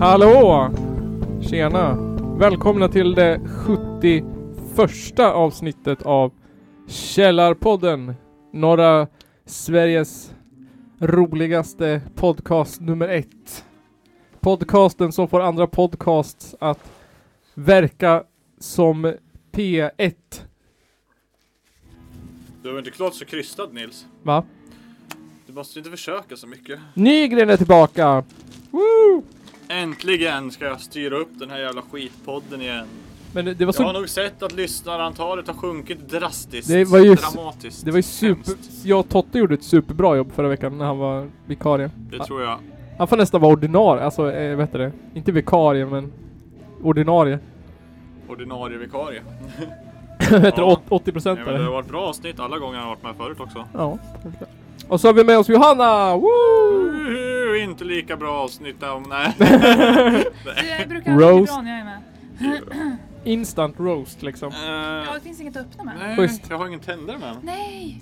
Hallå! Tjena! Välkomna till det 71 avsnittet av Källarpodden. Norra Sveriges roligaste podcast nummer ett. Podcasten som får andra podcasts att verka som P1. Du är inte klart så krystad Nils. Va? Du måste inte försöka så mycket. Nygren är tillbaka! Woo! Äntligen ska jag styra upp den här jävla skitpodden igen. Men det, det var Jag har så... nog sett att lyssnarantalet har sjunkit drastiskt. Det var ju- Dramatiskt. Det var ju super... Hemskt. Jag och Totte gjorde ett superbra jobb förra veckan när han var vikarie. Det tror jag. Han får nästan vara ordinarie, alltså eh, vad heter det? Inte vikarie men ordinarie. Ordinarie vikarie. Vad heter Ja. det? 80 Ja, procent men det har varit bra avsnitt alla gånger han har varit med förut också. Ja. Och så har vi med oss Johanna! Woo! Uhu, inte lika bra avsnitt om... Nej. Du, jag eh, brukar alltid bli Roast. bra när jag är med. Instant roast liksom. Ja, Eh, det finns inget att öppna med. Nej, Nej, Schysst. jag har ingen tändare med mig. nej,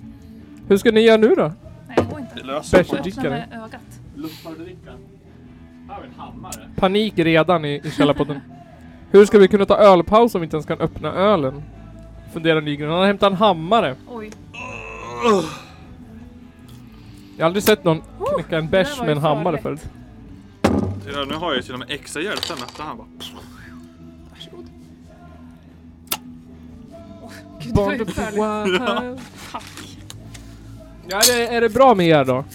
Hur ska ni göra nu då? det går inte. Det Jag löser Bärs- sig. öppnar med ögat. Luftfardrickan. Här har vi en hammare. Panik redan i, i källarpodden. Hur ska vi kunna ta ölpaus om vi inte ens kan öppna ölen? Funderar Nygren. Han har hämtat en hammare. Oj, Jag har aldrig sett någon knäcka en det där bärs var med en ju hammare farligt. förut. Titta, Nu har jag ju till och med extra hjälp sen efter han bara. varsågod. Åh, Gud, det var Born ju to be förfärligt. wild. Fuck. Ja, det, är det bra med er då?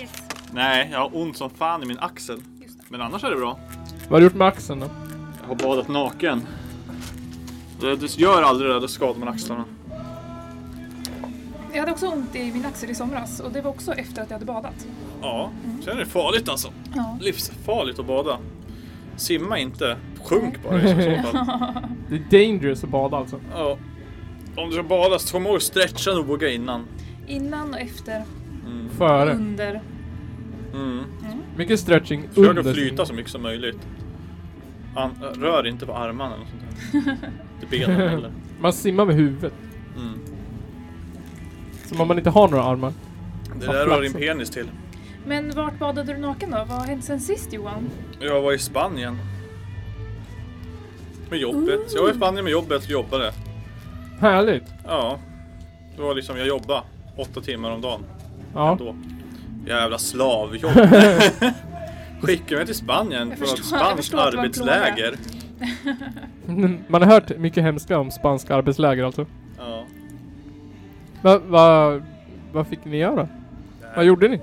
Yes. Nej, jag har ont som fan i min axel. Just det. Men annars är det bra. Vad har du gjort med axeln då? Jag har badat naken. Det, det gör aldrig det, då skadar man axlarna. Jag hade också ont i min axel i somras och det var också efter att jag hade badat. Ja, sen är det farligt alltså. Ja. Livsfarligt att bada. Simma inte. Sjunk bara i så fall. Det är dangerous att bada alltså. Ja. Om du ska bada, så kom ihåg att stretcha noga innan. Innan och efter, Före. under. Mm. Mycket stretching Försök under. att flyta så mycket som möjligt. An- rör inte på armarna eller sånt där. Inte benen heller. Man simmar med huvudet. Mm. Som om man inte har några armar. Det där rör din penis till. Men vart badade du naken då? Vad har hänt sen sist Johan? Jag var i Spanien. Med jobbet. Jag var i Spanien med jobbet och jobbade. Härligt. Ja. Det var liksom, jag jobbade åtta timmar om dagen Ja. då. Jävla slavjobb. Skickade mig till Spanien Jag för ett förstår- jag spanskt förstår att det var en plåga. arbetsläger. Man har hört mycket hemska om spanska arbetsläger alltså. Ja. Va, va, vad fick ni göra? Vad gjorde ni?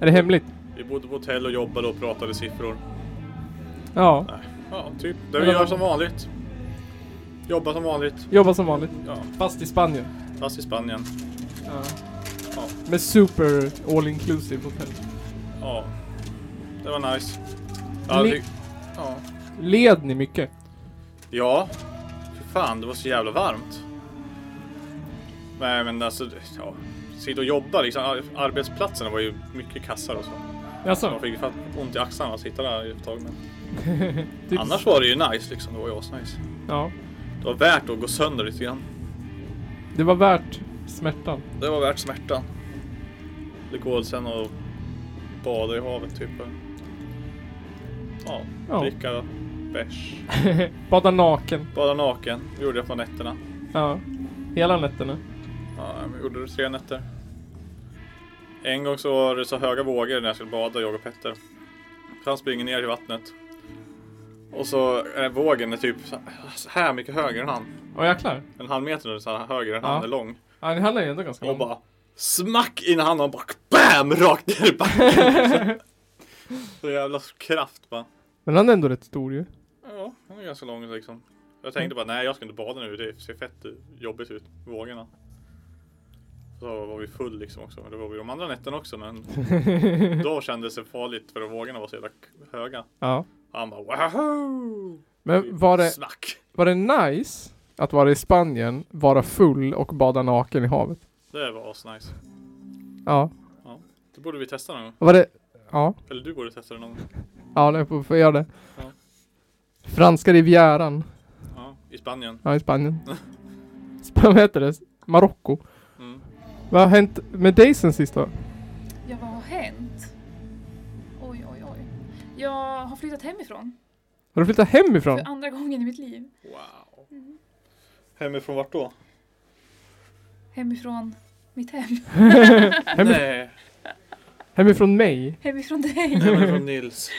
Är det hemligt? Vi bodde på hotell och jobbade och pratade siffror. Ja. Ja, typ. Det vi gör som vanligt. Jobba som vanligt. Jobba som vanligt. Ja, Fast i Spanien. fast i Spanien. Ja. Ja. Med super all inclusive hotell. Ja. Det var nice. Ja, Ni- det... ja. Led ni mycket? Ja, för fan det var så jävla varmt. Nej men alltså, det- ja. Sitta och jobba liksom. Ar- Arbetsplatserna var ju mycket kassar och så. Så man Jaså? fick fan ont i axlarna att sitta där ett tag. Men Typ- annars var det ju nice liksom. Det var ju nice. Ja. Det var värt att gå sönder lite grann. Det var värt smärtan. Det var värt smärtan. Det går sen och bada i havet typ. Ja, Ja. dricka bärs. Bada naken. Bada naken. Gjorde jag på nätterna. Ja. Hela nätterna. Ja, jag gjorde det tre nätter. En gång så var det så höga vågor när jag skulle bada, jag och Petter. Så han springer ner i vattnet. Och så är vågen är typ så här mycket högre än han. Åh jäklar. En halv meter nu, så här högre än Ja. han är lång. Ja, ni handlar ju ändå ganska Och långt. bara smack in i handen och bara BAM! Rakt ner i backen. så jävla kraft bara. Men han är ändå rätt stor ju. Ja, han är ganska lång liksom. Jag tänkte bara nej jag ska inte bada nu, det ser fett jobbigt ut, vågorna. Så var vi full liksom också, men det var vi de andra nätterna också men då kändes det farligt för att vågorna var så jävla k- höga. Ja. Han bara wow! Men var det, Snack! var det nice att vara i Spanien, vara full och bada naken i havet? Det var asnice. Ja. Det borde vi testa någon gång, Var det... Ja. eller du borde testa det någon gång. Ja, det får får jag göra det. Ja. Franska rivieran. Ja. I Spanien. Ja, i Spanien. Sp- Vad heter det? Marocko. Mm. Vad har hänt med dig sen sist då? Ja, vad har hänt? Oj, oj, oj. Jag har flyttat hemifrån. Har du flyttat hemifrån? För andra gången i mitt liv. Wow. Mm. Hemifrån vart då? Hemifrån mitt hem. Hemif- Nej, hemifrån mig? Hemifrån dig. hemifrån Nils.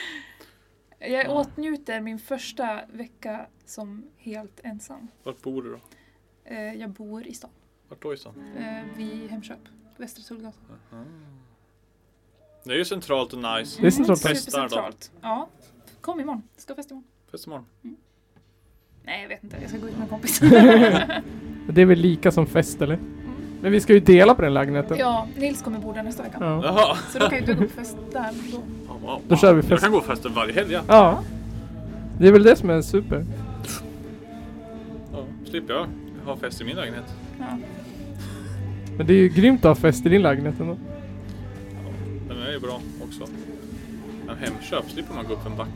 Jag åtnjuter min första vecka som helt ensam. Vart bor du då? Eh, Jag bor i stan. Vart då i stan? Eh, Vid Hemköp. Västra Tullgatan. Det är ju centralt och nice. Det är centralt. Mm, Festar då. supercentralt. Ja. Kom imorgon. Jag ska festa imorgon. Fest imorgon. Nej, jag vet inte. Jag ska gå ut med en kompis. Det är väl lika som fest eller? Men vi ska ju dela på den lägenheten. ja, Nils kommer bo där nästa vecka. Ja. Jaha. Så då kan ju du gå på fest där då. Ja, wow, Då kör vi Jag fest. kan gå festen varje helg. Ja. Ja. Det är väl det som är super. Ja. Slipper jag ha fest i min lägenhet. Ja. Men det är ju grymt att ha fest i din lägenhet ändå. Den är ju bra också. Men Hemköp slipper man gå upp en backe.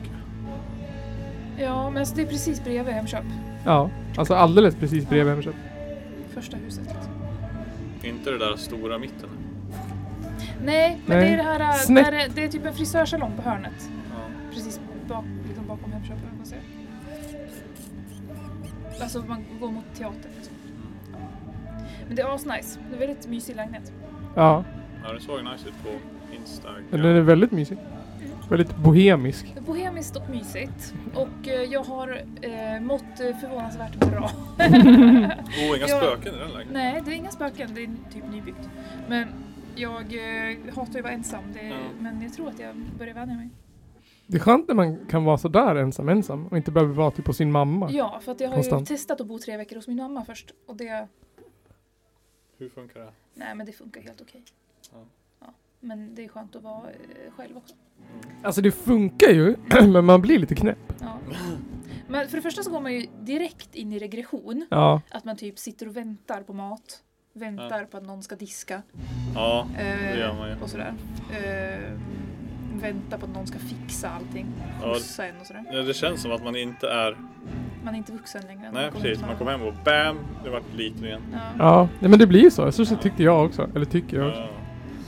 ja, men alltså det är precis bredvid Hemköp. Ja. Alltså alldeles precis bredvid Hemköp. Första huset. liksom. Inte det där stora mitten. Nej, men Nej. det är det här... äh, Snett. Där det, det är typ en frisörsalong på hörnet. Ja. Precis bak, liksom bakom Hemköp. eller vad man säger. Alltså man går mot teatern. Liksom. Men det är asnice. Det är väldigt mysig lägenhet. Ja. Ja, den såg nice ut på Instagram. Den är väldigt mysig. Väldigt bohemisk. Bohemiskt och mysigt. Och eh, jag har eh, mått eh, förvånansvärt bra. Oh, inga Ja. spöken i den lägenheten. Nej, det är inga spöken. Det är typ nybyggt. Men jag eh, hatar ju att vara ensam. Det, Ja. Men jag tror att jag börjar vänja mig. Det är skönt när man kan vara sådär ensam ensam och inte behöver vara typ på sin mamma. Ja, för att jag har Konstant. ju testat att bo tre veckor hos min mamma först. Och det... Hur funkar det? Nej, men det funkar helt okej. Ja. Ja, men det är skönt att vara eh, själv också. Alltså det funkar ju, men man blir lite knäpp. Ja. Men för det första så går man ju direkt in i regression. Ja. Att man typ sitter och väntar på mat. Väntar på att någon ska diska. Ja, det Eh, gör man ju. och sådär. Eh, vänta på att någon ska fixa allting. Ja, Skjutsa en och sådär. Ja, det känns som att man inte är... Man är inte vuxen längre. när Nej, kommer precis. hem. Man kommer hem och BAM! Det vart liten igen. Ja. Ja, nej, men det blir ju så. Så så tyckte jag också. Eller tycker jag också. Ja.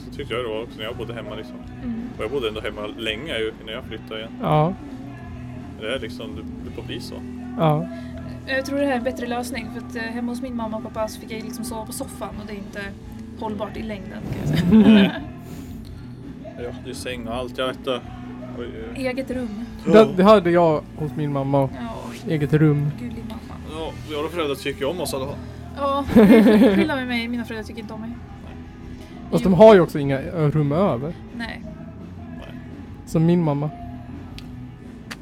Så tyckte jag det var också när jag bodde hemma liksom. Mm. Och jag bodde ändå hemma länge ju innan jag flyttade igen. Ja. Det är liksom, det, det får bli så. Ja. Jag tror det här är en bättre lösning för att eh, hemma hos min mamma och pappa så fick jag ju liksom sova på soffan och det är inte hållbart i längden. Kan jag säga. Jag hade ju säng och allt, jag vet inte. Oj, oj. Eget rum. Det, det hade jag hos min mamma. Ja, oj, Eget rum. gullig mamma. Ja, våra föräldrar tycker ju om oss alla. Ja, det är skillnad med mig. Mina föräldrar tycker inte om mig. Fast de har ju också inga ö, rum över. Nej. Som min mamma.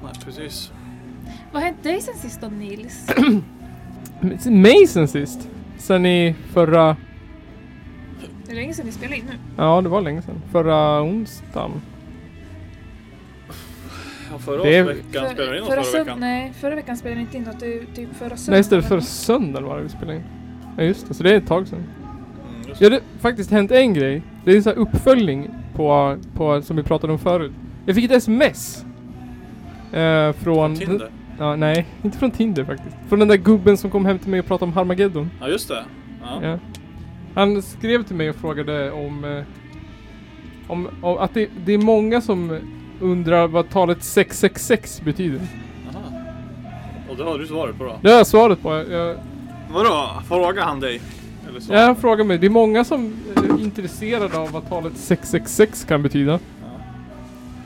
Nej, precis. Vad har hänt dig sen sist då Nils? Men Mig sen sist. Sen i förra... Det är länge sedan vi spelade in nu. Ja, det var länge sedan. Förra onsdagen. Ja, förra Det är- veckan spelade vi in oss förra förra, sönd- veckan. Nej, förra veckan spelade vi inte in något. Det är typ förra söndagen. Nej, just det. Förra söndagen var det vi spelade in. Ja, just det. Så det är ett tag sedan. Mm, just Ja, det har faktiskt hänt en grej. Det är en sån här uppföljning på, på, som vi pratade om förut. Jag fick ett sms. Eh, från... Tinder. Ja, nej, inte från Tinder faktiskt. Från den där gubben som kom hem till mig och pratade om Harmageddon. Ja, just det. Ja. Ja. Han skrev till mig och frågade om... eh, Om, om att det, det är många som undrar vad talet 666 betyder. Aha. Och det har du svaret på då? Det har jag svaret på. Jag, Vadå? Frågar han dig? Eller så? jag frågar mig, det är många som eh, är intresserade av vad talet 666 kan betyda. Ja.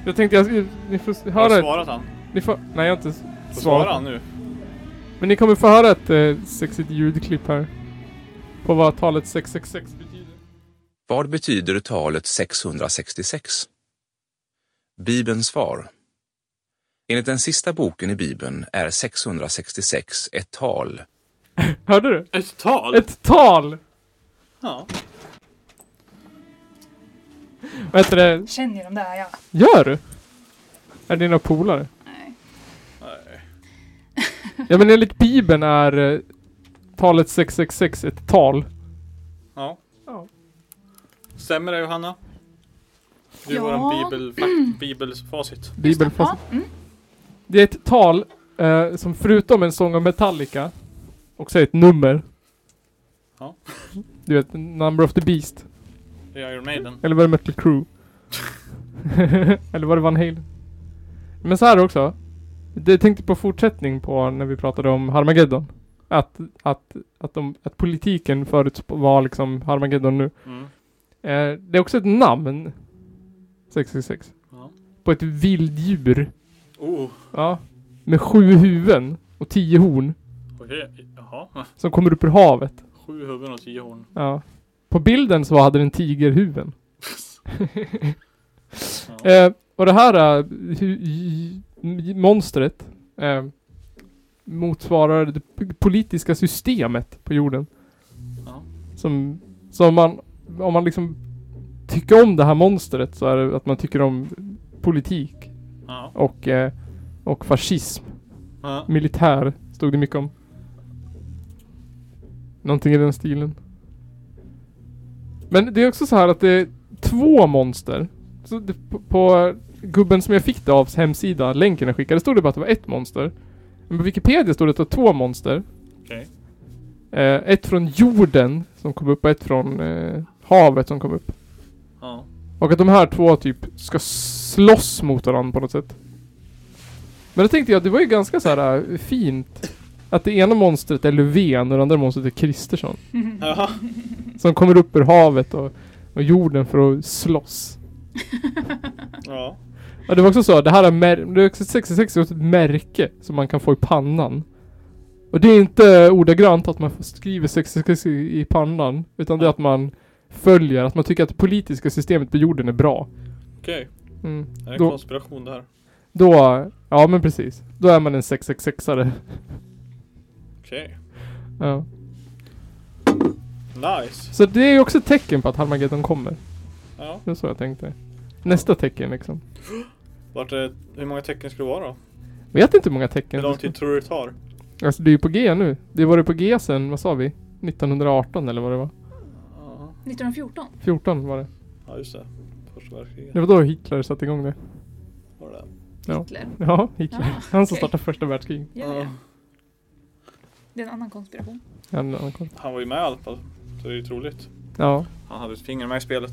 Jag tänkte jag... eh, Ni får Har höra... du ett- svarat han? Ni får, nej jag har inte s- Får svara svarat. han nu? Men ni kommer få höra ett eh, sexigt ljudklipp här. På vad talet 666 betyder. Vad betyder talet 666? Bibelns svar. Enligt den sista boken i Bibeln är 666 ett tal. Hörde du? Ett tal? Ett tal! Ja. Vad heter det? Känner ni de där ja. Gör du? Är det dina polare? Nej. Nej. Ja men enligt Bibeln är eh, talet 666 ett tal. Ja. Ja. Stämmer det Johanna? Du är Ja. våran bibelfakt, bibelsfacit. Bibeln Ja, mm. Det är ett tal eh, som förutom en sång av Metallica Och säg ett nummer. Ja. Du vet, Number of the Beast. Det är Iron Maiden. Eller var det Mötley Crüe? Eller var det Van Halen? Men så här också. Det tänkte på fortsättning på när vi pratade om Harmageddon. Att, att, att, de, att politiken förut var liksom Harmageddon nu. Mm. Eh, det är också ett namn. 666. Ja. På ett vilddjur. Oh, Ja. Med sju huvuden och tio horn. okej. Jaha. Som kommer upp ur havet. Sju huvuden och tio horn. Ja. På bilden så hade den tigerhuvuden. Ja. Eh, och det här eh, hu- j- j- monstret eh, motsvarar det p- politiska systemet på jorden. Ja. Som, som man, om man liksom tycker om det här monstret så är det att man tycker om politik Ja. och, eh, och fascism. Ja. Militär stod det mycket om. Någonting i den stilen. Men det är också så här att det är två monster. Så det, på, på gubben som jag fick det avs hemsida, länken jag skickade, stod det bara att det var ett monster. Men på Wikipedia stod det att det var två monster. Okej. Eh, ett från jorden som kom upp och ett från eh, havet som kom upp. Ja. Och att de här två typ ska slåss mot varandra på något sätt. Men då tänkte jag, det var ju ganska så här äh, fint. Att det ena monstret är Löfven och det andra monstret är Kristersson. Jaha. Som kommer upp ur havet och, och jorden för att slåss. Ja. Ja, det var också så, det här är mär- det är också 66 är också ett märke som man kan få i pannan. Och det är inte ordagrant att man skriver 66 i, i pannan. Utan det är att man följer, att man tycker att det politiska systemet på jorden är bra. Okej. Mm. Det är Då- konspiration det här. Då, ja men precis. Då är man en 666are. Okej. Ja. Nice. Så det är ju också ett tecken på att Harmageddon kommer. Ja. Det var så jag tänkte. Nästa tecken liksom. Vart är, hur många tecken ska det vara då? Vet inte hur många Hur tecken. lång tid tror du det tar? Alltså det är ju på G nu. Det var det på G sen, vad sa vi? 1918 eller vad det var? Ja. 1914. 14 var det. Ja just det. Första Det världskriget. var då Hitler satte igång det. Var det. Ja. Hitler. Ja, Hitler. Ah, Han som okej. startade första världskriget. Ja, ja. Det är en annan konspiration. Ja, en annan koll. Han var ju med i alla fall. Så det är ju troligt. Ja, Han hade ett finger med i spelet.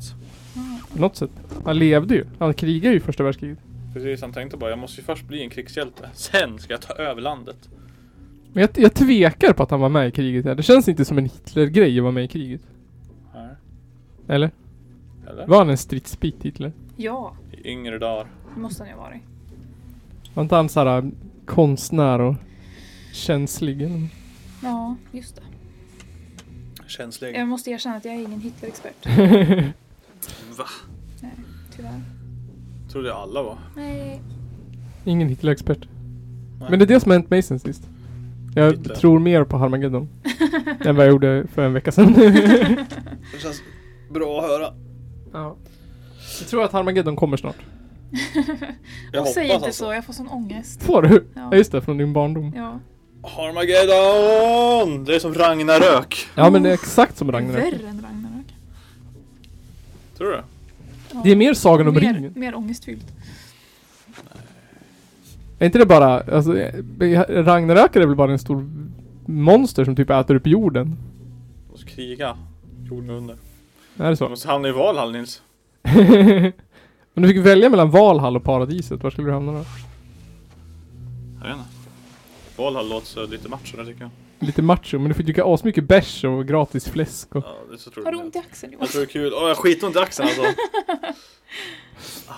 på något sätt. Han levde ju. Han krigade ju i första världskriget. Precis, han tänkte bara jag måste ju först bli en krigshjälte. Sen ska jag ta över landet. Men jag, jag tvekar på att han var med i kriget. här. Det känns inte som en Hitler-grej att vara med i kriget. Nej. Eller? Eller? Var han en stridsbit Hitler? Ja, I yngre dagar. det måste han ju ha varit. Var inte han såhär äh, konstnär och känslig? eller? Ja, just det. Känslig. Jag måste erkänna att jag är ingen Hitler-expert. Va? Tyvärr. Trodde jag alla var. Nej. Ingen Hitler-expert. Nej. Men det är det som har hänt mig sen sist. Jag Hitler. tror mer på Harmageddon. än vad jag gjorde för en vecka sedan. Det känns bra att höra. ja. Jag tror att Harmageddon kommer snart. Jag Och hoppas säg inte alltså. så, jag får sån ångest. Får du? Ja. Ja. just det, från din barndom. Ja, Ja. Armageddon! Det är som Ragnarök. men det är exakt som Ragnarök. Värre än Ragnarök. Tror du? Ja. Det är mer Sagan om mer, ringen. mer ångestfyllt. Är inte det bara, alltså, eh, Ragnarök är väl bara en stor monster som typ äter upp jorden? De måste kriga. Jorden under. Är det De så? måste hamna i Valhall Nils. Om du fick välja mellan Valhall och paradiset, var skulle du hamna då? Jag vet inte. Valhall låter så lite macho tycker jag. Lite macho, men du får dricka asmycket bärs och gratis fläsk och... Ja, det är så Har du troligt. ont i axeln Johan? Jag tror det är kul. Åh, jag skitont i axeln alltså. Ah.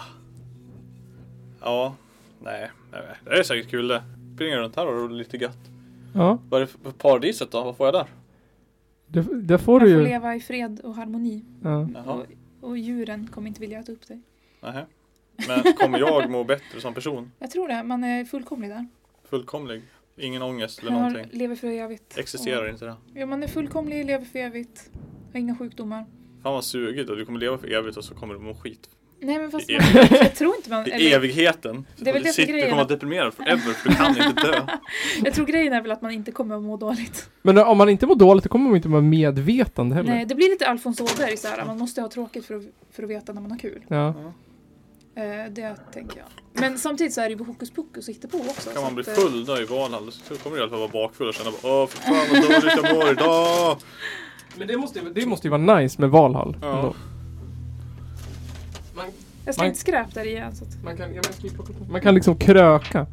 ja, nej, nej, nej. Det är säkert kul det. Springa runt här och roligt lite gött. Ja, Vad är det för paradiset då? Vad får jag där? det, det får Man du ju. får leva i fred och harmoni. Ja. Jaha, Och djuren kommer inte vilja äta upp dig. nähä. Men kommer jag må bättre som person? Jag tror det, man är fullkomlig där. Fullkomlig. Ingen ångest eller Man har, någonting. lever för evigt. Existerar Och- inte det? Ja, man är fullkomlig, lever för evigt. Har inga sjukdomar. Fan vad sugigt och du kommer leva för evigt och så kommer du må skit. Nej men fast I man, jag tror inte man... I Eller, evigheten! Det är väl det du, som sitter, du grejen kommer vara att- deprimerad forever för du kan inte dö. jag tror grejen är väl att man inte kommer att må dåligt. Men eh, om man inte mår dåligt, då kommer man inte vara medvetande heller. Nej, det blir lite Alfons Åberg så här. Man måste ha tråkigt för att, för att veta när man har kul. Ja. Eh, det tänker jag. Men samtidigt så är det ju hokus pokus och hittepå också. Kan så man bli att, eh, full då i Valhall så kommer du i alla fall vara bakfull och känna bara Åh för fan vad dåligt jag mår idag! Men det måste, ju- det måste ju vara nice med Valhall. Ja. ändå. Jag man- slängde skräp där igen. Så att, Man kan, jag vet, man kan liksom kröka.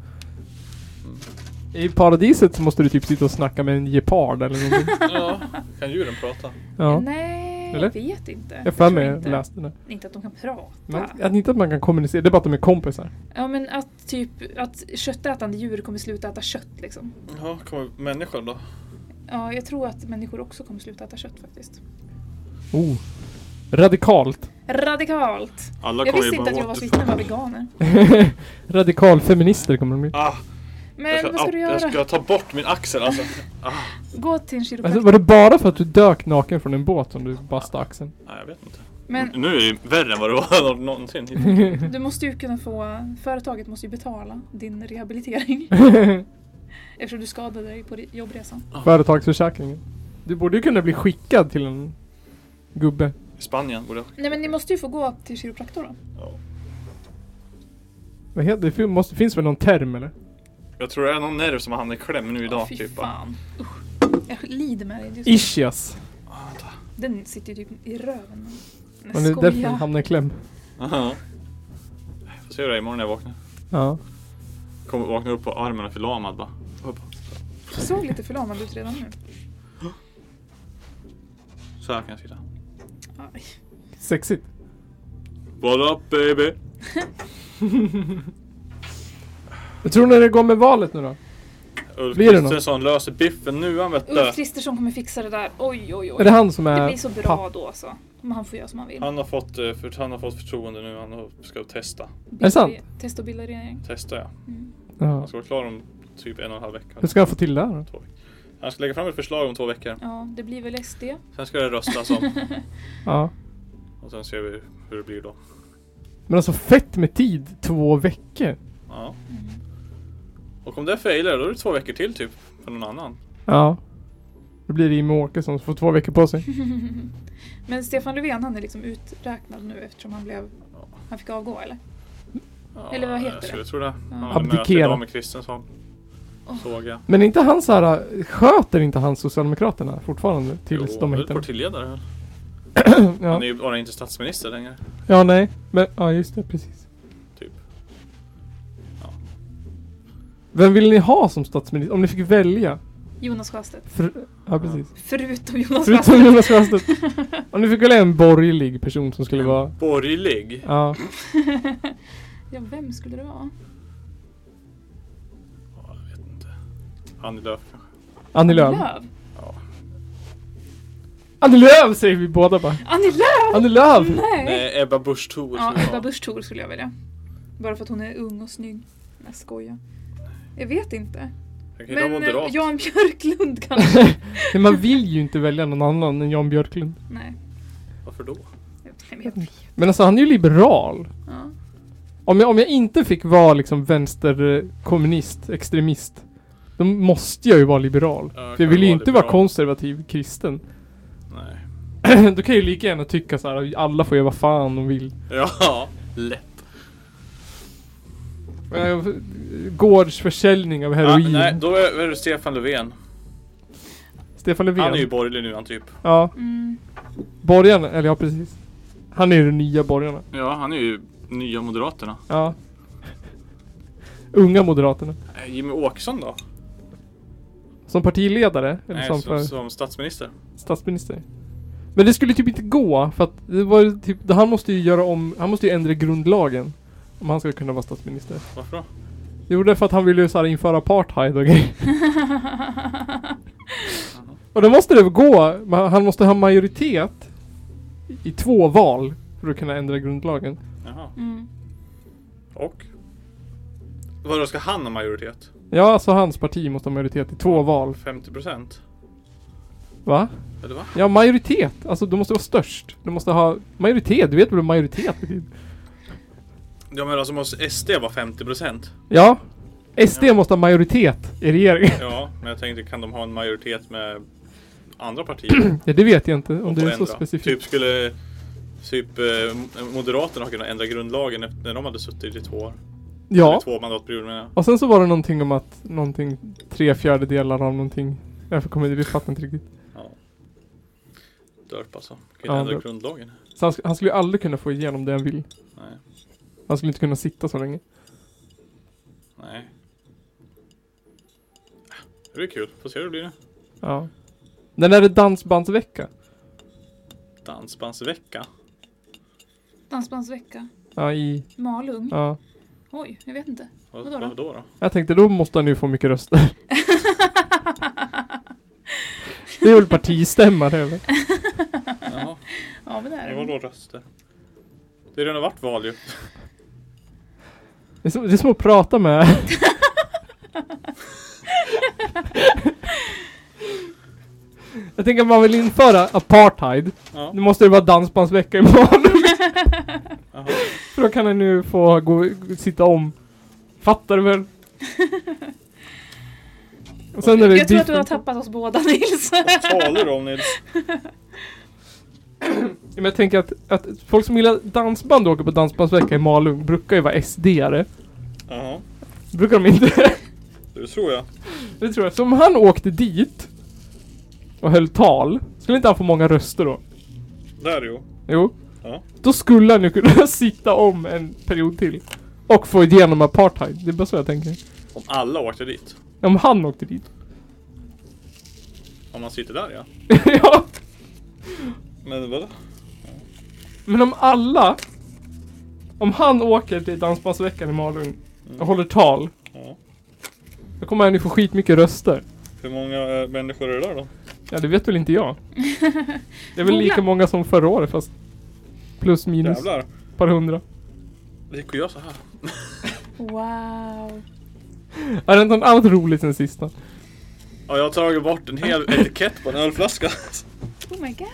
I paradiset så måste du typ sitta och snacka med en gepard eller någonting. Ja. Kan djuren prata? Ja. Nej, Eller? jag vet inte. Jag har för tror mig jag inte. läste det. Inte att de kan prata. Men, att inte att man kan kommunicera, det är bara att de är kompisar. Ja men att typ att köttätande djur kommer sluta äta kött liksom. Ja, kommer människan då? Ja, jag tror att människor också kommer sluta äta kött faktiskt. Oh. Radikalt. Radikalt! Alla Jag kommer visste ju bara inte att "What Jehovas the vittnen fuck?" var veganer. Radikalfeminister kommer de bli. Ah, jag Men ska, vad ska du ah, göra? jag ska ta bort min axel alltså. Gå till en Alltså, kiropraktor. var det bara för att du dök naken från en båt som du bastade axeln? Nej, jag vet inte. Men Nu är det ju värre än vad det var någonsin. hittills. du måste ju kunna få... Företaget måste ju betala din rehabilitering. Mm. Eftersom du skadade dig på di- jobbresan. Företagsförsäkringen. Du borde ju kunna bli skickad till en gubbe. I Spanien borde jag... Nej men ni måste ju få gå till kiropraktor då. Ja. Vad heter det? Fin- Måste, finns väl någon term eller? Jag tror det är någon nerv som har hamnat i kläm nu idag. Åh, fy typ. bara. fan. Usch. Jag lider med dig. Det är så- Ischias. Ah, vänta. Den sitter ju typ i röven. Nej, Och det är därför skoja. han hamnar i kläm. Aha. Jag får se hur det är imorgon när jag vaknar. Ja. Kommer vakna upp på armen och förlamad bara. Upp. Du såg lite förlamad ut redan nu. Så här kan jag sitta. Aj. Sexigt. What up baby? Jag tror när det går med valet nu då? Ulf Blir det någon? Kristersson löser biffen nu han vet Ulf du. Kristersson kommer fixa det där. Oj, oj, oj. Är det han som är... Det blir så bra papp- då så. Men han får göra som han vill. Han har, fått, eh, för, han har fått förtroende nu, han har- ska testa. det sant? Testa att bilda regering. Testa ja. Mm. Ja. Han ska vara klar om typ en och en halv vecka. Hur ska han få till det här då? Två veckor. Han ska lägga fram ett förslag om två veckor. Ja, det blir väl SD. Sen ska det röstas om. Ja. Och sen ser vi hur det blir då. Men alltså fett med tid. Två veckor. Ja. Mm. Och om det failar, då är det två veckor till typ. För någon annan. Ja. Då blir det Jimmie Åkesson som får två veckor på sig. Men Stefan Löfven han är liksom uträknad nu eftersom han blev... Han fick avgå eller? Ja, Eller vad heter jag det? skulle tro det. Han Ja. hade möte Abdikera. idag med Kristensson. Såg jag. Men är inte han så här, äh, sköter inte han Socialdemokraterna fortfarande? Tills Jo, de han är hittar väl partiledare. väl? ja. Han är ju bara inte statsminister längre. ja, nej. Men, ja just det, precis. Typ. Vem vill ni ha som statsminister? Om ni fick välja? Jonas Sjöstedt. För, ja, precis. Förutom Jonas Förutom Sjöstedt. Jonas Sjöstedt. Om ni fick välja en borgerlig person som skulle vara... Borgerlig. Ja. Ja, vem skulle det vara? Ja, jag vet inte. Annie Lööf kanske. Annie Lööf. Lööf. Annie Lööf säger vi båda bara. Annie Lööf! Annie Lööf! Nej! Nej, Ebba Busch Thor Ja, skulle jag Ebba ha. Busch Thor skulle jag välja. Bara för att hon är ung och snygg. Nej, skoja. Jag vet inte. Jag kan hitta Men eh, moderat. Jan Björklund kanske? Men man vill ju inte välja någon annan än Jan Björklund. Nej. Varför då? Jag vet- nej, men jag vet. Men alltså han är ju liberal. Ja. Om jag, om jag inte fick vara liksom vänsterkommunist, extremist. Då måste jag ju vara liberal. Ja, jag För kan jag vill ju vara inte liberal. vara konservativ kristen. Nej. Då kan jag ju lika gärna tycka så här, alla får göra vad fan de vill. Ja, lätt. Eh, Gårdsförsäljning av Ja, heroin. nej, då är är det Stefan Löfven. Stefan Löfven. Han är ju borgerlig nu han typ. Ja, Mm. borgarna, eller ja precis. Han är ju de nya borgarna. Ja, han är ju nya Moderaterna. Ja. Unga moderaterna. Eh, Jimmy Åkesson då? Som partiledare? Eller Nej, som, som, för som statsminister. statsminister? Men det skulle typ inte gå för att det var ju typ, han måste ju göra om, han måste ju ändra grundlagen. Om han ska kunna vara statsminister. Varför då? Jo, därför att han ville ju så här införa apartheid och grejer. och då måste det gå, men han måste ha majoritet i- i två val för att kunna ändra grundlagen. Jaha. Mm. Och? Vadå, ska han ha majoritet? Ja, alltså hans parti måste ha majoritet i två val. 50 procent? Va? Eller va? Ja, majoritet. Alltså, du måste vara störst. Du måste ha majoritet. Du vet väl vad majoritet betyder? Ja men alltså måste SD vara 50 procent? Ja. SD måste ha majoritet i regeringen. Ja, men jag tänkte kan de ha en majoritet med andra partier? Ja, det vet jag inte om och det få är så ändra? specifikt. Typ skulle Typ eh, Moderaterna har kunnat ändra grundlagen efter- när de hade suttit i två år. Eller Ja. två mandatperioder menar jag. Och sen så var det någonting om att någonting tre fjärdedelar av någonting. Därför kommer det, vi fattar inte riktigt. Dörp alltså. Kan Ja, ändra dörp. grundlagen. Så han, sk- han skulle ju aldrig kunna få igenom det han vill. Nej. Han skulle inte kunna sitta så länge. Nej. Ah, Det blir kul. Får se hur det blir. Ja. När är det dansbandsvecka? Dansbandsvecka. Dansbandsvecka. Ja, i... Malung. Ja. Oj, jag vet inte. Vad, Vadå då? vad då? då? Jag tänkte då måste han ju få mycket röster. Det är väl partistämma det eller? Jaha, ja, men det är det var det. då röster. Det har redan varit val ju. Det är, som, det är som att prata med... Jag tänker att man vill införa apartheid. Ja. Nu måste det vara dansbandsvecka imorgon. Jaha. För då kan han nu få gå, sitta om. Fattar du väl? Och sen är det Jag tror att du har beef- tappat oss båda Nils. Vad talar du om Nils? Ja, Men jag tänker att, att folk som gillar dansband och åker på dansbandsvecka i Malung brukar ju vara SD-are. Jaha, Brukar de inte? det tror jag. Det tror jag. Så om han åkte dit och höll tal, skulle inte han få många röster då? Där jo. Jo. Ja. Då skulle han ju kunna sitta om en period till. Och få igenom apartheid. Det är bara så jag tänker. Om alla åkte dit. Om han åkte dit. Om man sitter där ja. ja. Men vadå? Men om alla... Om han åker till Dansbandsveckan i Malung och håller tal. Ja. Då kommer han ju få skitmycket röster. Hur många eh, människor är det där då? Ja, det vet väl inte jag. Det är väl Många. lika många som förra året fast... Plus minus. Jävlar. Ett par hundra. Det gick att göra så här. Wow. Är det inte något annat roligt sen sista? Ja, jag har tagit bort en hel etikett på en ölflaska. Oh my god.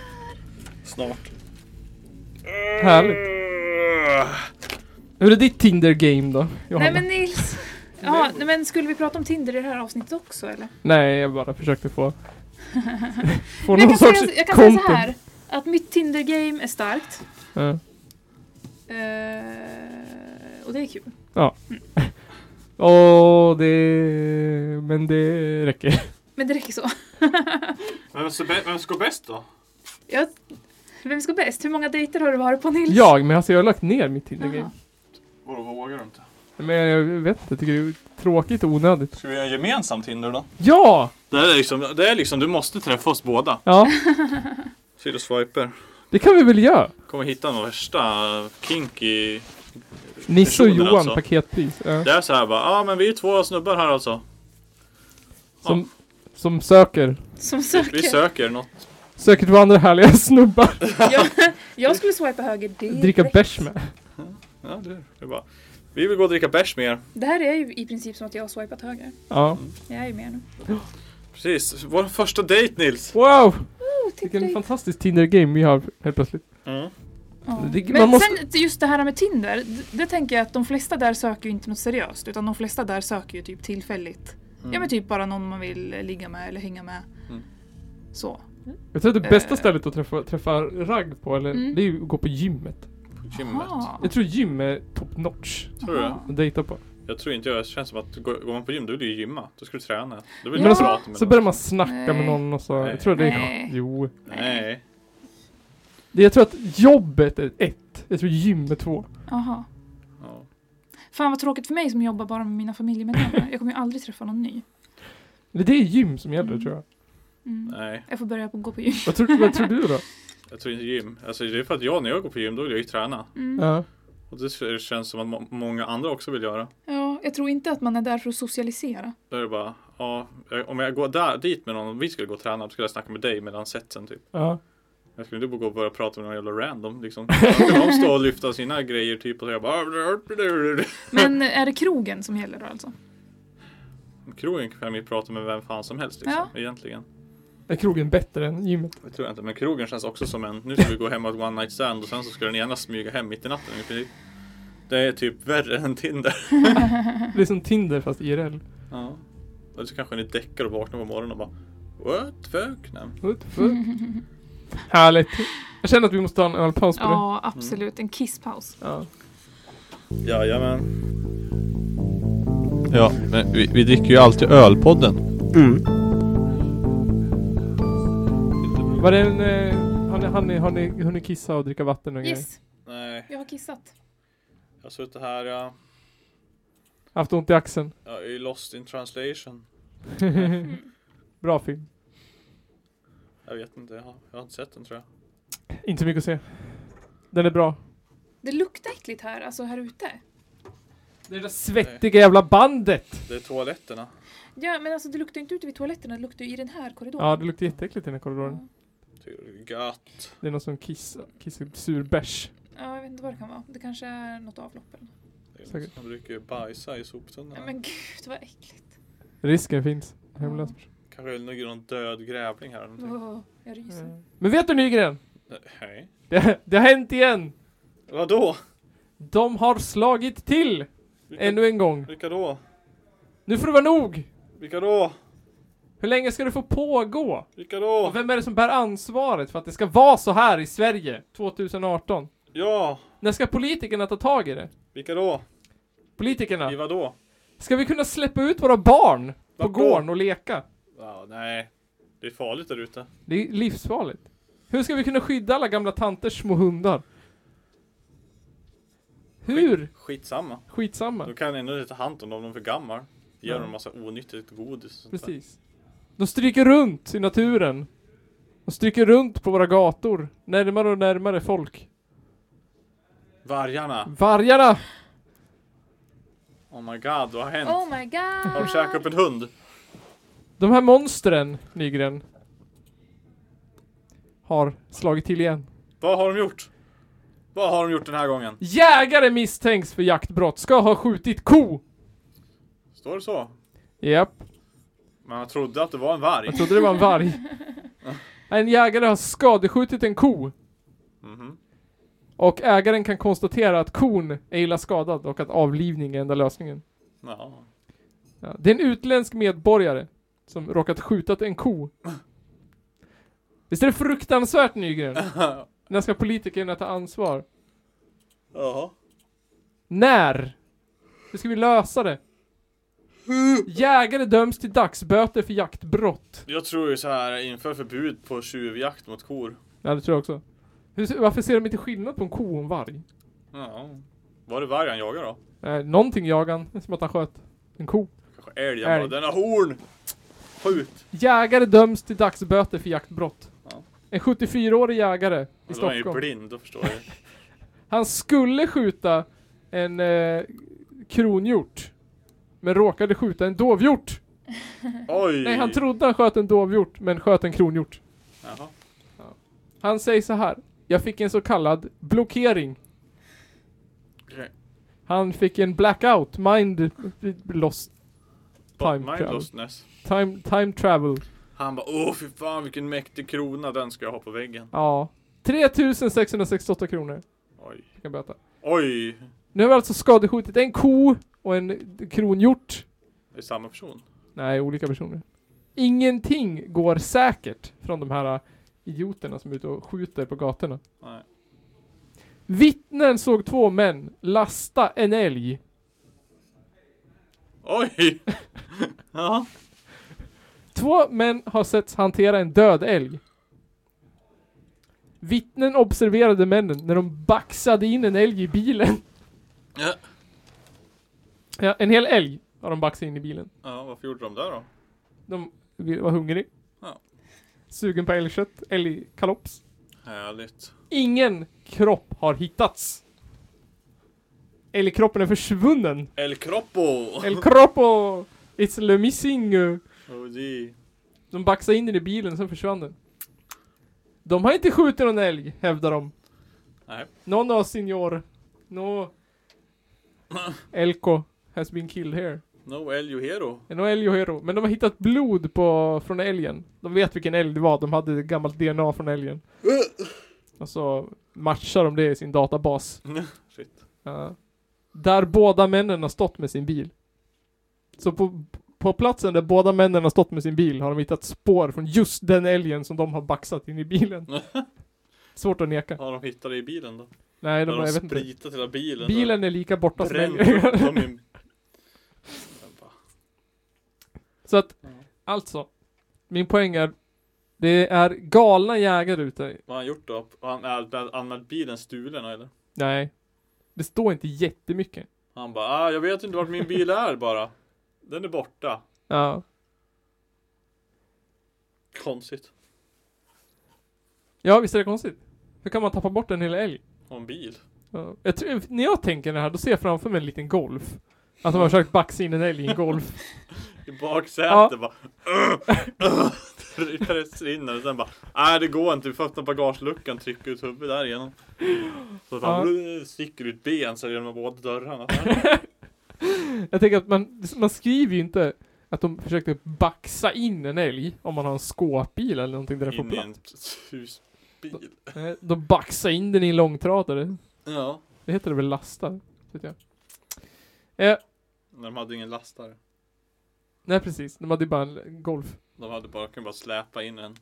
Snart. Härligt. Eh, Hur är ditt Tinder-game då? Johanna? Nej men Nils. Ja, nej, men skulle vi prata om Tinder i det här avsnittet också eller? Nej, jag bara försökte få... få Men jag någon kan, sorts säga, jag kan säga content. så här. Att mitt Tinder-game är starkt. Ja. Eh, och det är kul. Åh, det... Men det räcker. Men det räcker så. Vem, vem ska bäst då? Jag, vem ska bäst? Hur många dejter har du varit på Nils? Jag, men alltså jag har lagt ner mitt Tinder-game. Jaha. Vadå, vågar du inte? Men jag vet inte, jag tycker det är tråkigt och onödigt. Ska vi göra en gemensam Tinder då? Ja! Det är liksom, det är liksom du måste träffa oss båda. Ja, Sitter och swiper. det kan vi väl göra? Kommer hitta någon värsta kinky... Nisse och Personer Johan, alltså. paketpris. Ja. Det är så här bara, ja ah, men vi är två snubbar här alltså. Som, som söker. Som Vi, söker. vi söker något. Söker till andra härliga snubbar. jag, jag skulle swipa höger direkt. Dricka bärs med. Ja, det är det är bara. Vi vill gå och dricka bärs med er. Det här är ju i princip som att jag har swipat höger. Ja. Jag är ju med nu. Precis, vår första dejt Nils. Wow! Oh, titta Vilken dig. fantastisk Tinder-game vi har helt plötsligt. Mm. Ja. det- man Men måste- sen just det här med Tinder. d- Det tänker jag att de flesta där söker ju inte något seriöst. Utan de flesta där söker ju typ tillfälligt. Ja men typ bara någon man vill eh, ligga med eller hänga med. Mm. Så. Jag tror att det bästa Eh. stället att träffa, träffa ragg på, eller, Mm. det är ju att gå på gymmet. Gymmet. Aha. Jag tror gym är top notch Tror du det? att dejta på. Jag tror inte jag, det känns som att går går man på gym då vill du ju gymma. Då ska du träna. Då vill Men du alltså, prata med Så någon. börjar man snacka med Nej. någon och så. Nej. Jag tror det är... Nej. Jo. Nej. Det- Jag tror att jobbet är ett. Jag tror gym är två. Aha. Ja. Fan vad tråkigt för mig som jobbar bara med mina familjemedlemmar. Jag kommer ju aldrig träffa någon ny. Men det är gym som gäller tror jag. Mm. Nej, Jag får börja på, gå på gym. Vad tror, vad tror du då? jag tror inte gym. Alltså det är för att jag när jag går på gym då vill jag ju träna. Mm. Ja. Och det känns som att må- många andra också vill göra. Ja, jag tror inte att man är där för att socialisera. Då är det bara, ja, jag- om jag går där, dit med någon, om vi skulle gå och träna, då skulle jag snacka med dig mellan setsen typ. ja. Jag skulle inte gå och börja prata med någon jävla random liksom. Då skulle de stå och lyfta sina grejer typ och jag bara Men är det krogen som gäller då alltså? Krogen kan ju prata med vem fan som helst liksom, egentligen. Är krogen bättre än gymmet? Det tror jag inte, men krogen känns också som en, nu ska vi gå hem och ha ett one night stand och sen så ska den ena smyga hem mitt i natten. i princip. Det är typ värre än Tinder. Det är som Tinder fast IRL. Ja. Eller så kanske ni däckar och vaknar på morgonen och bara What fuck? Nej. What the fuck? Härligt. Jag känner att vi måste ta en ölpaus på det. Ja, absolut. En kisspaus. Ja. Jajamän. Ja, men vi, vi dricker ju alltid ölpodden. Mm. Var det en... Eh, har, ni, har, ni, har ni hunnit kissa och dricka vatten och grejer? Yes, Nej, jag har kissat. jag har suttit här ja, Haft ont i axeln. ja, i Lost in translation. Bra film. Jag vet inte, jag har, jag har inte sett den tror jag. Inte mycket att se. Den är bra. Det luktar äckligt här, alltså här ute. Det där svettiga jävla bandet! Det är toaletterna. Ja, men alltså det luktar inte ute vid toaletterna, det luktar ju i den här korridoren. Ja, det luktar jätteäckligt i den här korridoren. Ty- Gött. Det är någon som kissar, kissar sur bärs. Ja, jag vet inte vad det kan vara. Det kanske är något avlopp eller något. Det är Säkert. någon som brukar ju bajsa i Nej, soptunnorna. men gud vad äckligt. Risken finns. Hemlös. Kanske ligger någon död grävling här eller någonting. Åh, jag ryser. Men vet du Nygren? Nej. Det, det har hänt igen! Vadå? De har slagit till! Vilka, Ännu en gång. vilka då? Nu får det vara nog! Vilka då? Hur länge ska det få pågå? Vilka då? Och vem är det som bär ansvaret för att det ska vara så här i Sverige 2018? Ja, När ska politikerna ta tag i det? vilka då? I Politikerna? vadå? Ska vi kunna släppa ut våra barn på Vart då? gården och leka? Ja, nej. Det är farligt där ute. Det är livsfarligt. Hur ska vi kunna skydda alla gamla tanters små hundar? Hur? Skitsamma. Då Skitsamma. kan jag ändå inte ta hand om dem, de är för gammal. Ger dem massa onyttigt godis och sånt där. Precis. De stryker runt i naturen. De stryker runt på våra gator. Närmare och närmare folk. Vargarna! Vargarna! Oh my god, vad har hänt? Oh my god! Har de käkat upp en hund? De här monstren, Nygren. Har slagit till igen. Vad har de gjort? Vad har de gjort den här gången? Jägare misstänks för jaktbrott. Ska ha skjutit ko! Står det så? Japp. Men jag trodde att det var en varg. Jag trodde det var en varg. En jägare har skadeskjutit en ko. Mhm. Och ägaren kan konstatera att kon är illa skadad och att avlivning är enda lösningen. Ja. Ja. Det är en utländsk medborgare som råkat skjuta en ko. Visst är det fruktansvärt Nygren? När ska politikerna ta ansvar? Jaha. När? Hur ska vi lösa det? Jägare döms till dagsböter för jaktbrott. Jag tror ju så här inför förbud på tjuvjakt mot kor. Ja, det tror jag också. Hur, varför ser de inte skillnad på en ko och en varg? Ja. Var det varg han jagade då? Eh, någonting jagade han, som att han sköt en ko. Kanske älg han bara, Älg. Den har horn! Skjut! Jägare döms till dagsböter för jaktbrott. Ja. En 74-årig jägare i Ja, Då är han ju Stockholm. blind, då förstår jag ju. Han skulle skjuta en eh, kronhjort. Men råkade skjuta en dovhjort. Oj! Nej, han trodde han sköt en dovhjort, men sköt en kronhjort. Jaha. Han säger så här. Jag fick en så kallad blockering. Okej. Han fick en blackout, mind lost. Bara Time travel. Mindlessness. Time, time travel. Han bara åh fy fan vilken mäktig krona, den ska jag ha på väggen. Ja. 3668 kronor. Oj. Fick han böta. Oj! Nu har vi alltså skadeskjutit en ko och en kronhjort. Det är samma person. Nej, olika personer. Ingenting går säkert från de här idioterna som är ute och skjuter på gatorna. Nej. Vittnen såg två män lasta en älg. Oj! ja. Två män har setts hantera en död älg. Vittnen observerade männen när de baxade in en älg i bilen. ja. Ja, en hel älg har de baxat in i bilen. Ja, varför gjorde de det då? De var hungrig. Ja. Sugen på älgkött, älgkalops. Härligt. Ingen kropp har hittats. Älgkroppen är försvunnen. El Croppo! El Cropo! It's le missing. uh. Oh, gee. De baxade in den i bilen, sen försvann den. De har inte skjutit någon älg, hävdar de. Nej. Någon av senior. No. Elko has been killed here. No El Hero. En älg och hero. Men de har hittat blod på, från älgen. De vet vilken älg det var, de hade ett gammalt DNA från älgen. Och så matchar de det i sin databas. Shit. Ja. Där båda männen har stått med sin bil. Så på, på platsen där båda männen har stått med sin bil har de hittat spår från just den älgen som de har baxat in i bilen. Svårt att neka. Har de hittat det i bilen då? Nej, de, Har jag de vet inte. spritat hela bilen? Bilen är lika borta och som bränt den. upp dem i... Jag bara, Så att, Ja. alltså. Min poäng är, det är galna jägare ute. Vad har han gjort då? Har han har använt bilen stulen eller? Nej. Det står inte jättemycket. Han bara, ah, jag vet inte vart min bil är bara. Den är borta. Ja. Konstigt. Ja, visst är det konstigt? Hur kan man tappa bort en hel älg? Och en bil. Ja. Jag tror, när jag tänker det här, då ser jag framför mig en liten golf. Att de har försökt baxa in en älg i en golf. I baksätet Ja. bara. Rinner och sen bara. Nej det går inte. Vi får öppna bagageluckan. Trycka ut huvudet där igenom. Så att han sticker ut ben så genom båda dörrarna. Jag tänker att man, man skriver ju inte att de försökte baxa in en älg om man har en skåpbil eller någonting där den får In i plats. en husbil. Nej, De baxade in den i en långtradare. Ja. Det heter det väl lasta? Vet jag. När de hade ingen lastare. Nej precis, de hade ju bara en golf. De hade bara, kunde bara släpa in en.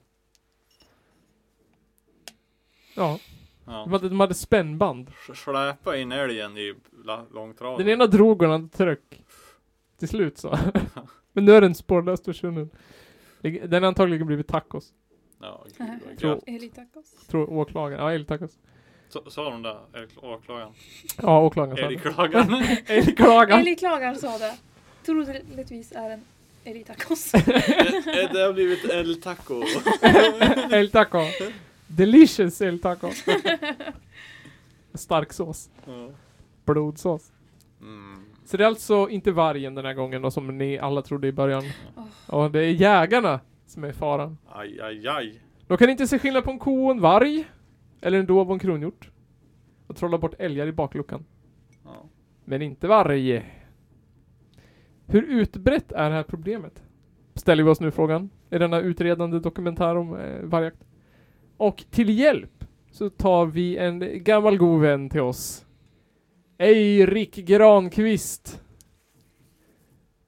Ja, de Ja. hade, de hade spännband. Släpa in älgen i la- långtradaren. Den ena drog och den andra tröck. Till slut så. Men nu är den spårlöst försvunnen. Det- Den har antagligen blivit tacos, Ja, gud vad Tror- gött. Elitakos. tror åklagaren. Ja, älgtacos. Sa- Sa de där älg- åklagaren? Ja, åklagaren. sa det. Älgklagaren? Älgklagaren. Älgklagaren sa det. Troligtvis är en älgtacos. Eh, Det har blivit El Taco. Älgtaco. Delicious älgtaco. Stark sås. Ja. Blodsås. Mm. Så det är alltså inte vargen den här gången då, som ni alla trodde i början. Och det är jägarna som är i faran. Aj, aj, aj. De kan inte se skillnad på en ko och en varg. Eller en dov och en kronhjort. Och trolla bort älgar i bakluckan. Ja. Men inte varg. Hur utbrett är det här problemet? Ställer vi oss nu frågan. I denna utredande dokumentär om eh, vargjakt. Och till hjälp så tar vi en gammal god vän till oss. Eirik Granqvist.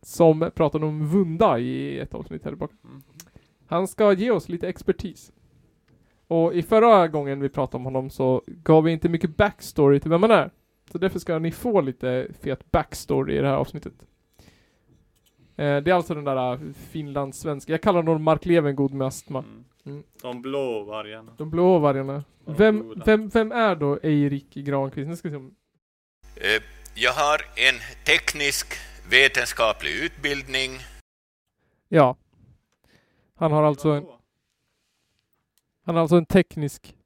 Som pratade om Vunda i ett avsnitt här tillbaka. Mm. Han ska ge oss lite expertis. Och i förra gången vi pratade om honom så gav vi inte mycket backstory till vem han är. Så därför ska ni få lite fet backstory i det här avsnittet. Eh, det är alltså den där eh, finlandssvenska, jag kallar honom Mark Levengood med astma. Mm. Mm. De blå vargarna. De blå vargarna. Och de Vem, gula. vem, vem är då Eirik Granqvist? Nu ska vi se om... Eh, Jag har en teknisk vetenskaplig utbildning Ja. Han har alltså en, han har alltså en teknisk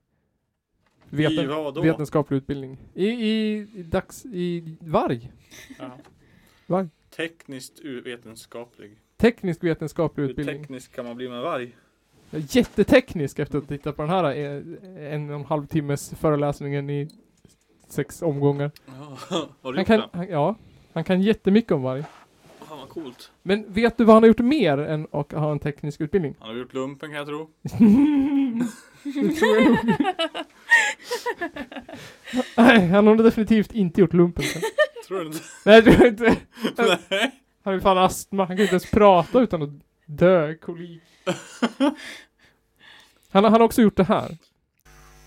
I veten, vad då? vetenskaplig utbildning. I, i, i dags... I varg. Ja. Varg. Tekniskt u- vetenskaplig. Teknisk vetenskaplig Hur utbildning. teknisk kan man bli med varg? Ja, Jätteteknisk efter att ha tittat på den här eh, en och en halv timmes föreläsningen i sex omgångar. Ja. Har du Han gjort kan, det? han, ja, han kan jättemycket om varg. Fan vad coolt. Men vet du vad han har gjort mer än att ha en teknisk utbildning? Han har gjort lumpen kan jag tro. Det tror jag nog. Nej, han har definitivt inte gjort lumpen. Tror du inte? Nej, det tror jag inte. Nej. Han har ju fan astma. Han kan ju inte ens prata utan att dö, kolik. Han, har- han har också gjort det här.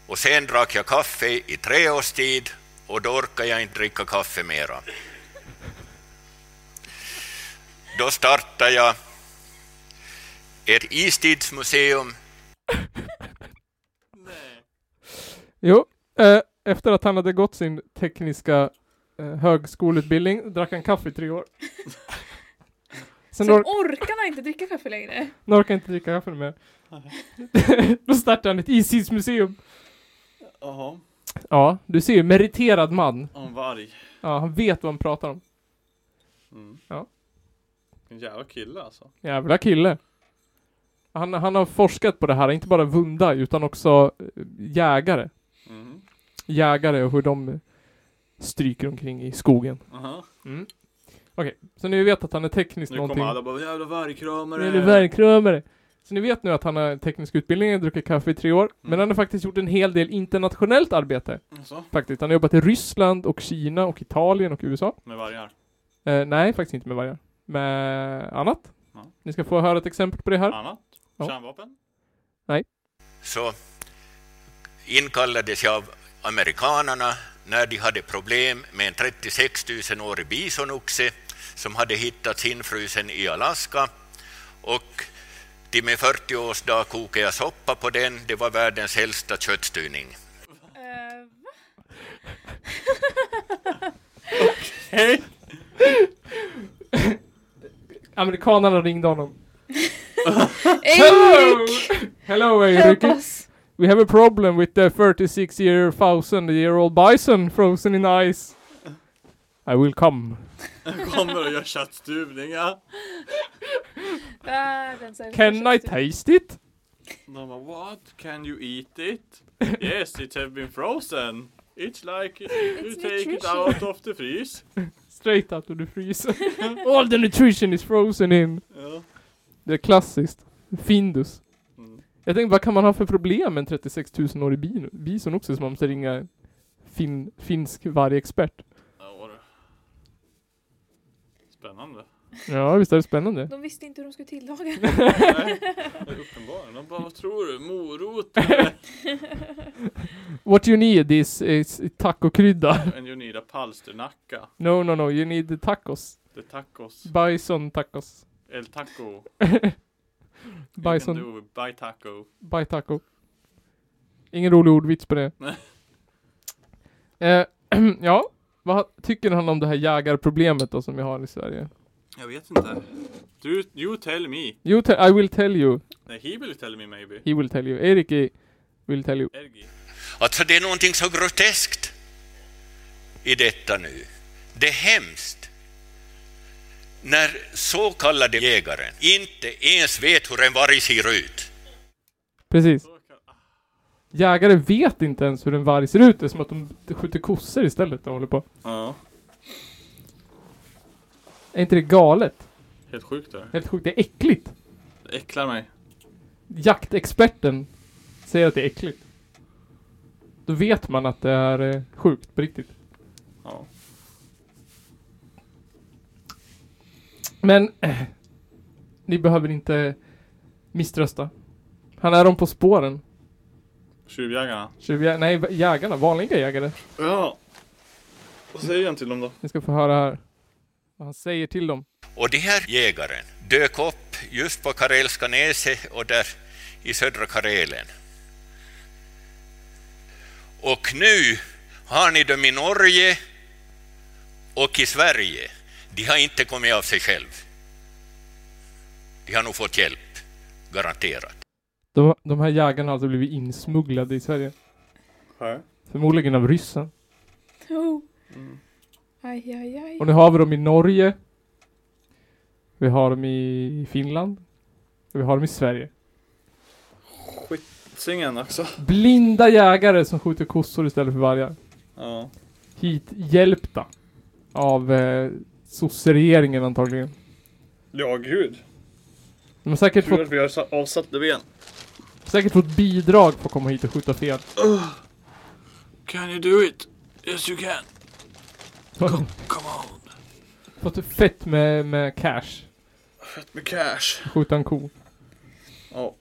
och sen drack jag kaffe i tre års tid och då orkade jag inte dricka kaffe mera. Då startade jag ett istidsmuseum Nej. Jo, eh, efter att han hade gått sin tekniska eh, högskoleutbildning drack han kaffe i tre år. Sen Sen or- orkar han inte dricka kaffe längre. han orkar inte dricka kaffe mer. Då startade han ett istidsmuseum. Jaha. Ja, du ser ju, meriterad man. Om varg. Ja, han vet vad han pratar om. Mm. Ja. En jävla kille alltså. Jävla kille. Han, han har forskat på det här, inte bara Vunda utan också eh, jägare. Mhm. Jägare och hur de eh, stryker omkring i skogen. Aha. Mm. Okej, så ni vet att han är tekniskt Nu någonting. kommer alla bara jävla vargkramare. Nu är det verkrummare. Så ni vet nu att han har teknisk utbildning, har druckit kaffe i tre år. Men Mm. han har faktiskt gjort en hel del internationellt arbete. Så, Faktiskt. Han har jobbat i Ryssland och Kina och Italien och USA. med vargar. Eh, nej, faktiskt inte med vargar. Med annat. Ja. Ni ska få höra ett exempel på det här. Annat? Ja. Kärnvapen? Så inkallades jag av amerikanerna när de hade problem med en 36 000-årig bisonoxe som hade hittats infrusen i Alaska. Och till min 40-årsdag kokade jag soppa på den. Det var världens äldsta köttstyrning. Eh, va? Hej! Amerikanerna ringde honom. Erik! Hello Hjälp Erik! oss! We have a problem with the 36 year thousand year old bison frozen in ice. I will come. Kommer och gör köttstuvningar. Världens äldsta Can I köttstycke. taste it? De bara what? Can you eat it? Yes, it have been frozen. It's like you take it nutrition. out of the freeze. Straight out of the freezer. All the nutrition is frozen in. Ja. Det är klassiskt. Findus. Mm. Jag tänkte vad kan man ha för problem med en 36 000-årig bin- bison också som man måste ringa fin, finsk vargexpert? Ja, vad det- Spännande. Ja visst är det spännande? De visste inte hur de skulle tillaga. Nej, det är uppenbarligen. De bara, vad tror du? Morot? What you need is, is tacokrydda. And you need a palsternacka. No no no, you need tacos. The tacos. Bison tacos. El taco. Bison. You can do by taco. Bye taco. Ingen rolig ordvits på det. Nej. Eh, ja, vad tycker han om det här jägarproblemet då som vi har i Sverige? Jag vet inte. Du, you tell me. You te- I will tell you. Nej, he will tell me maybe. He will tell you. Erik i- will tell you. Ergi. Alltså det är någonting så groteskt i detta nu. Det är hemskt. När så kallade jägaren inte ens vet hur en varg ser ut. Precis. Jägare vet inte ens hur en varg ser ut. Det är som att de skjuter kossor istället och håller på. Ja. Är inte det galet? Helt sjukt det här. Helt sjukt. Det är äckligt. Det äcklar mig. Jaktexperten säger att det är äckligt. Då vet man att det är eh, sjukt på riktigt. Ja. Men eh, ni behöver inte misströsta. Han är dem på spåren. Tjuvjägarna. Tjuvjä- nej, jägarna. Vanliga jägare. Ja. Vad säger han till dem då? Ni ska få höra här vad han säger till dem. Och den här jägaren dök upp just på Karelska näset och där i södra Karelen. Och nu har ni dem i Norge och i Sverige. De har inte kommit av sig själv. De har nog fått hjälp, garanterat. De, de här jägarna har alltså blivit insmugglade i Sverige. Här. Förmodligen av ryssen. Oh. Aj, aj, aj. Och nu har vi dem i Norge. Vi har dem i Finland. Och vi har dem i Sverige. Skitsingen också. Blinda jägare som skjuter kossor istället för vargar. Ja. Hit hjälpta. Av eh, sosseregeringen antagligen. Ja, gud. De har säkert fått Tur att vi har sa- avsatt det ben. Säkert fått bidrag för att komma hit och skjuta fel. Can you do it? Yes you can. Come on. fått fett med, med cash. Fett med cash. Skjuta en ko. Ja.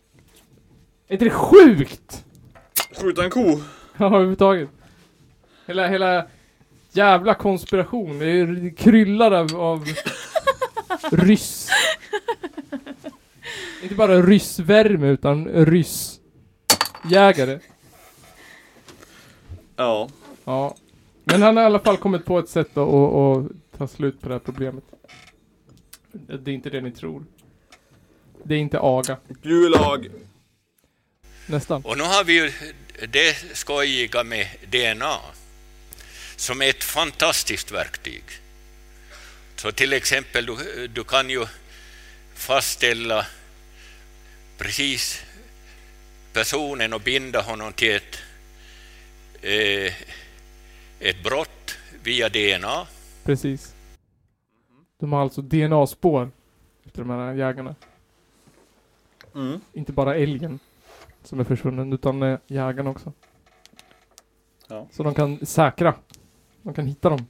Är inte det sjukt? Skjuta en ko. Ja, överhuvudtaget. Hela, hela jävla konspiration. Det är ju kryllar av, av ryss. Inte bara ryssvärme utan ryssjägare. Ja. Ja. Men han har i alla fall kommit på ett sätt att att- att ta slut på det här problemet. Det är inte det ni tror. Det är inte aga. Gulag. Nästan. Och nu har vi ju det skojiga med DNA, som är ett fantastiskt verktyg. Så till exempel, du, du kan ju fastställa precis personen och binda honom till ett, eh, ett brott via DNA. Precis. De har alltså DNA-spår efter de här jägarna. Mm. Inte bara älgen som är försvunnen utan eh, jägarna också. Ja. Så de kan säkra. De kan hitta dem.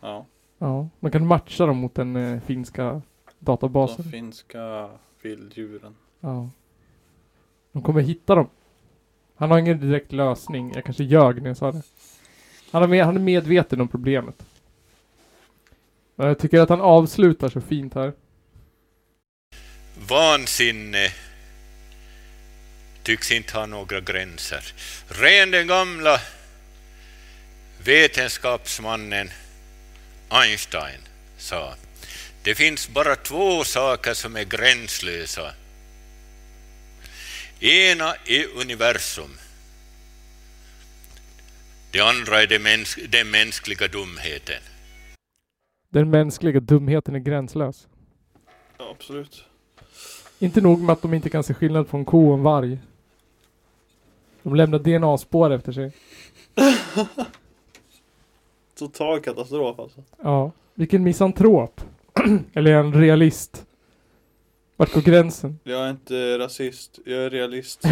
Ja. Ja. De kan matcha dem mot den eh, finska De databasen. finska vilddjuren. Ja. De kommer hitta dem. Han har ingen direkt lösning. Jag kanske ljög när jag sa det. Han är, med, han är medveten om problemet. Men jag tycker att han avslutar så fint här. Vansinne tycks inte ha några gränser. Ren den gamla vetenskapsmannen Einstein sa, det finns bara två saker som är gränslösa. Ena är universum, det andra är det mäns den mänskliga dumheten. Den mänskliga dumheten är gränslös. Ja, absolut. Inte nog med att de inte kan se skillnad på en ko och en varg. De lämnar DNA-spår efter sig. Total katastrof alltså. Ja. Vilken misantrop. Eller en realist. Vart går gränsen? Jag är inte rasist, jag är realist.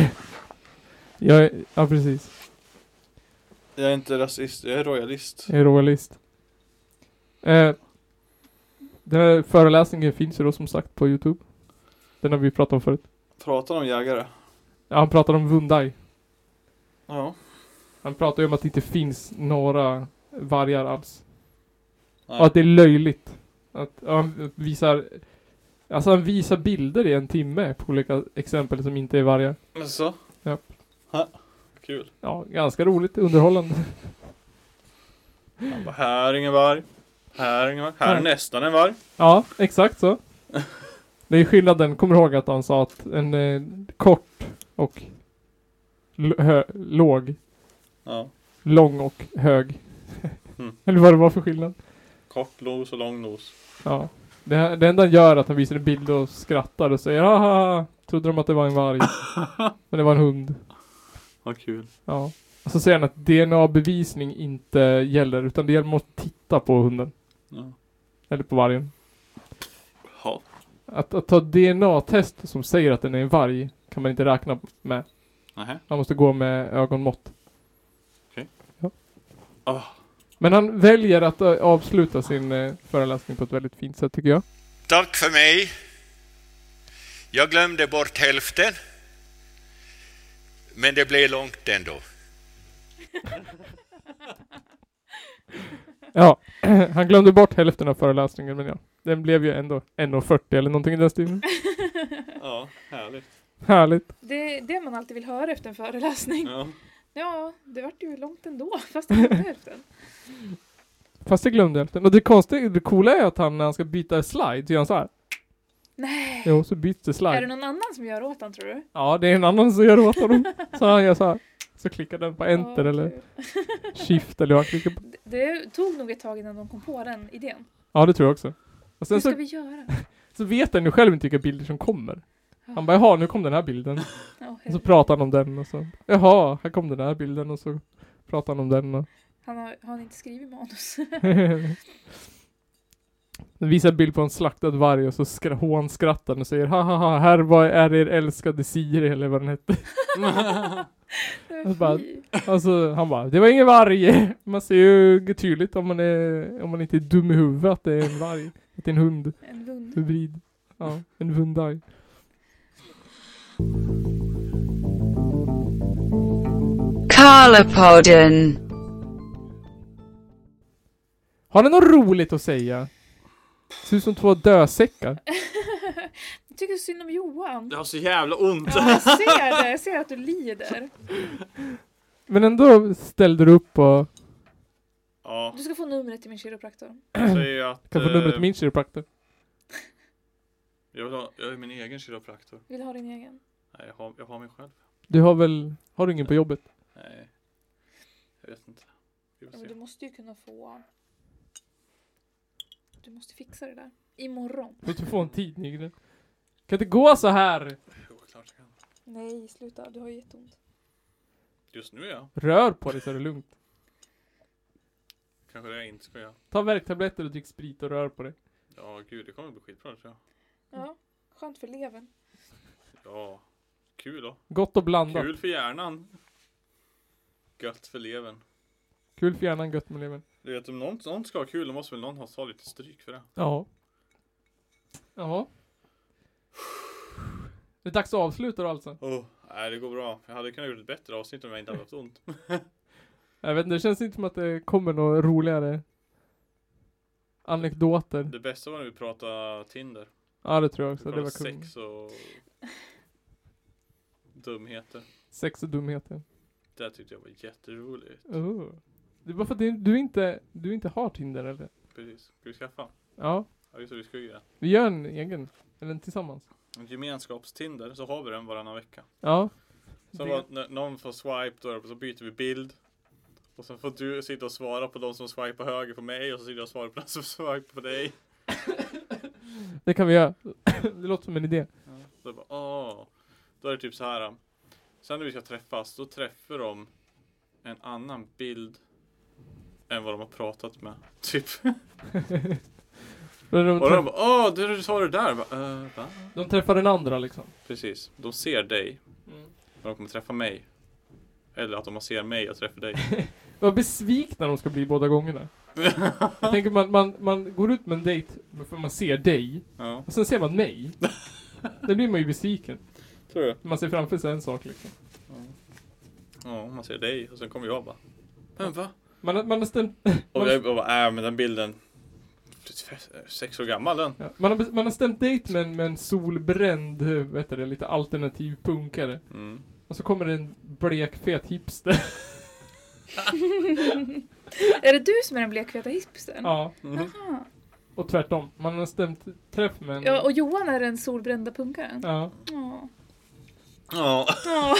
Jag är, ja precis. Jag är inte rasist, jag är royalist. Jag är royalist. Eh, den här föreläsningen finns ju då som sagt på Youtube. Den har vi pratat om förut. Pratar om jägare. Ja, han pratar om Wundai. Ja. Han pratar ju om att det inte finns några vargar alls. Nej. Och att det är löjligt. Att ja, han visar... Alltså han visar bilder i en timme på olika exempel som inte är vargar. Men så? Ja. Ha. Kul. Ja, ganska roligt, underhållande. Han bara, här är ingen varg. Här är ingen varg. Här är Nej. nästan en varg. Ja, exakt så. Det är skillnaden, kommer du ihåg att han sa att en eh, kort och l- hö- låg, Ja. lång och hög. Mm. Eller vad det var för skillnad. Kort nos och lång nos. Ja. Det, här- det enda han gör är att han visar en bild och skrattar och säger "Ah, haha, trodde de att det var en varg. Men det var en hund. Vad kul. Ja. Och så säger han att DNA-bevisning inte gäller, utan det gäller att titta på hunden. Ja. Eller på vargen. Ja. Att, att ta DNA-test som säger att den är en varg kan man inte räkna med. Nähä. Han måste gå med ögonmått. Okej. Ja. Ah. Men han väljer att ö, avsluta sin eh, föreläsning på ett väldigt fint sätt tycker jag. Tack för mig. Jag glömde bort hälften, men det blev långt ändå. Ja, han glömde bort hälften av föreläsningen men ja. Den blev ju ändå 1,40 eller någonting i den stilen. Ja, härligt. Härligt. Det är det man alltid vill höra efter en föreläsning. Ja. Ja, det vart ju långt ändå, fast det var hälften. Fast jag glömde hälften. Och det konstiga, det coola är att han när han ska byta slide så gör han så här. Nej! Jo, så byts det Är det slide. någon annan som gör åt han tror du? Ja, det är en annan som gör åt honom. Så han gör så här. Så klickar den på enter Ja, eller kul. shift eller vad han klickar på. Det- Det tog nog ett tag innan de kom på den idén. Ja, det tror jag också. Och Hur sen ska så, vi göra? så vet han ju själv inte vilka bilder som kommer. Han bara jaha, nu kom den här bilden. Ja, Och så herregud. pratar han om den och så jaha, här kom den här bilden och så pratar han om den och Han har, har han inte skrivit manus. Den visar en bild på en slaktad varg och så skra- hånskrattar han och säger haha, här var, är er älskade Siri eller vad den hette. Det Jag var bara- fy. Alltså han bara, det var ingen varg. Man ser ju tydligt om man, är, om man inte är dum i huvudet att det är en varg. Att det är en hund, En vund. hybrid. Ja, en vundaj. Carlopodden. Har ni något roligt att säga? Ser ut som två dösäckar. Jag tycker synd om Johan. Det har så jävla ont. Ja, jag ser det. Jag ser att du lider. Men ändå ställde du upp och Ja, Du ska få numret till min kiropraktor. jag säger ju att... kan få numret eh, till min kiropraktor. Jag, vill ha, jag är min egen kiropraktor. Vill du ha din egen? Nej, jag har, jag har min själv. Du har väl, har du ingen Eh. på jobbet? Nej. Jag vet inte. Vi Ja, får men se. du måste ju kunna få... Du måste fixa det där. Imorgon. Får du få en tid Nygren? Kan inte gå så här? Jo, klart jag kan. Nej, sluta. Du har ju jätteont. Just nu ja. Rör på dig så är det lugnt. Kanske det jag inte ska göra. Ta värktabletter och drick sprit och rör på dig. Ja, gud, det kommer bli skitbra tror jag. Ja, skönt för levern. Ja. Kul då. Gott och blandat. Kul, Kul för hjärnan. Gött för levern. för hjärnan, gött med levern. Du vet, om någon, någon ska ha kul, då måste väl någon ha ta lite stryk för det. Ja. Jaha. Det är dags att avsluta då alltså. Oh, Nej, det går bra. Jag hade kunnat gjort ett bättre avsnitt om jag inte hade haft ont. Jag vet inte, det känns inte som att det kommer några roligare anekdoter. Det bästa var när vi pratade Tinder. Ja, det tror jag Vi också. pratade Det var kul. sex och dumheter. Sex och dumheter. Det där tyckte jag var jätteroligt. Oh. Det är bara för att det- du inte, du inte har Tinder eller? Precis. Ska vi skaffa? Ja. Ja, just det, vi ska ju det. Vi gör en egen. Eller en tillsammans. En Gemenskapstinder, så har vi den varannan vecka. Ja. Så Det- bara, när någon får swipe då, så byter vi bild. Och sen får du sitta och svara på de som swipar höger på mig och så sitter jag och svarar på de som swipar på dig. Det kan vi göra. Det låter som en idé. Då är det bara, åh. Då är det typ så här. Sen när vi ska träffas, då träffar de en annan bild än vad de har pratat med. Typ. Då är De, Och de träff, bara, åh, du du sa det där. Jag Bara, äh, va? de träffar den andra liksom. Precis, de ser dig. Men de kommer träffa mig. Eller att de ser mig och träffar dig. Vad besvikna de ska bli båda gångerna. Jag tänker man, man, man går ut med en dejt för man ser dig. ja, Och sen ser man mig. Då blir man ju besviken. tror du? Man ser framför sig en sak liksom. Ja, man ser dig och sen kommer jag bara. Men va? Man, har- man, har, stämt, Och jag jag bara, äh men den bilden. Sex år gammal den. ja, man, har, bes- man har stämt dejt med en, med en solbränd, eh, vad heter det, lite alternativ punkare. Mm. Och så kommer det en blekfet hipster. Är det du som är den blekfeta hipstern? ja. Mm. Aha. Och tvärtom. Man har stämt träff med en... Ja, och Johan är den solbrända punkaren? ja. Ja. Ja, Ja.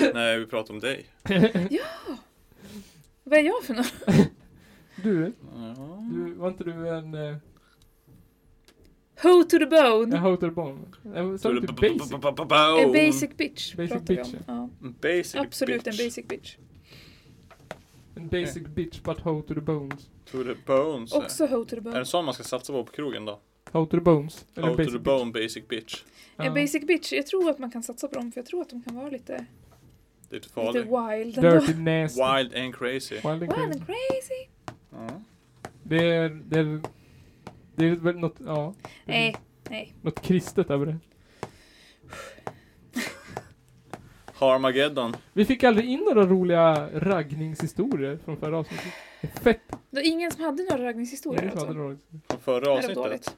nej vi pratar om dig. Vad är jag för någon? Du, Ja. du, var inte du en... Eh, Ho to the jag bone! hotar barn? Nej, Eh, Sa du inte basic? En En basic bitch Basic pratar vi bitch, om. Ja. oh, Basic Absolut bitch. en basic bitch. En basic bitch but how to the bones. To the bones. Också ho to the Är det bone. en sån man ska satsa på på krogen då? How to the bones. Eller Out to basic the bone basic bitch. bitch. En basic bitch, jag tror att man kan satsa på dem för jag tror att de kan vara lite, Det är lite lite farligt. wild ändå. Dirty nasty. Wild and crazy. Wild and Wild crazy. and crazy! Ja. Det är... Det är... Det är väl något, ja. det är Nej, nej. Något kristet över det. Harmageddon. Vi fick aldrig in några roliga raggningshistorier från förra avsnittet. Det är Fett! Det var ingen som hade några raggningshistorier Ingen som alltså. hade några. Från förra Det var avsnittet. dåligt.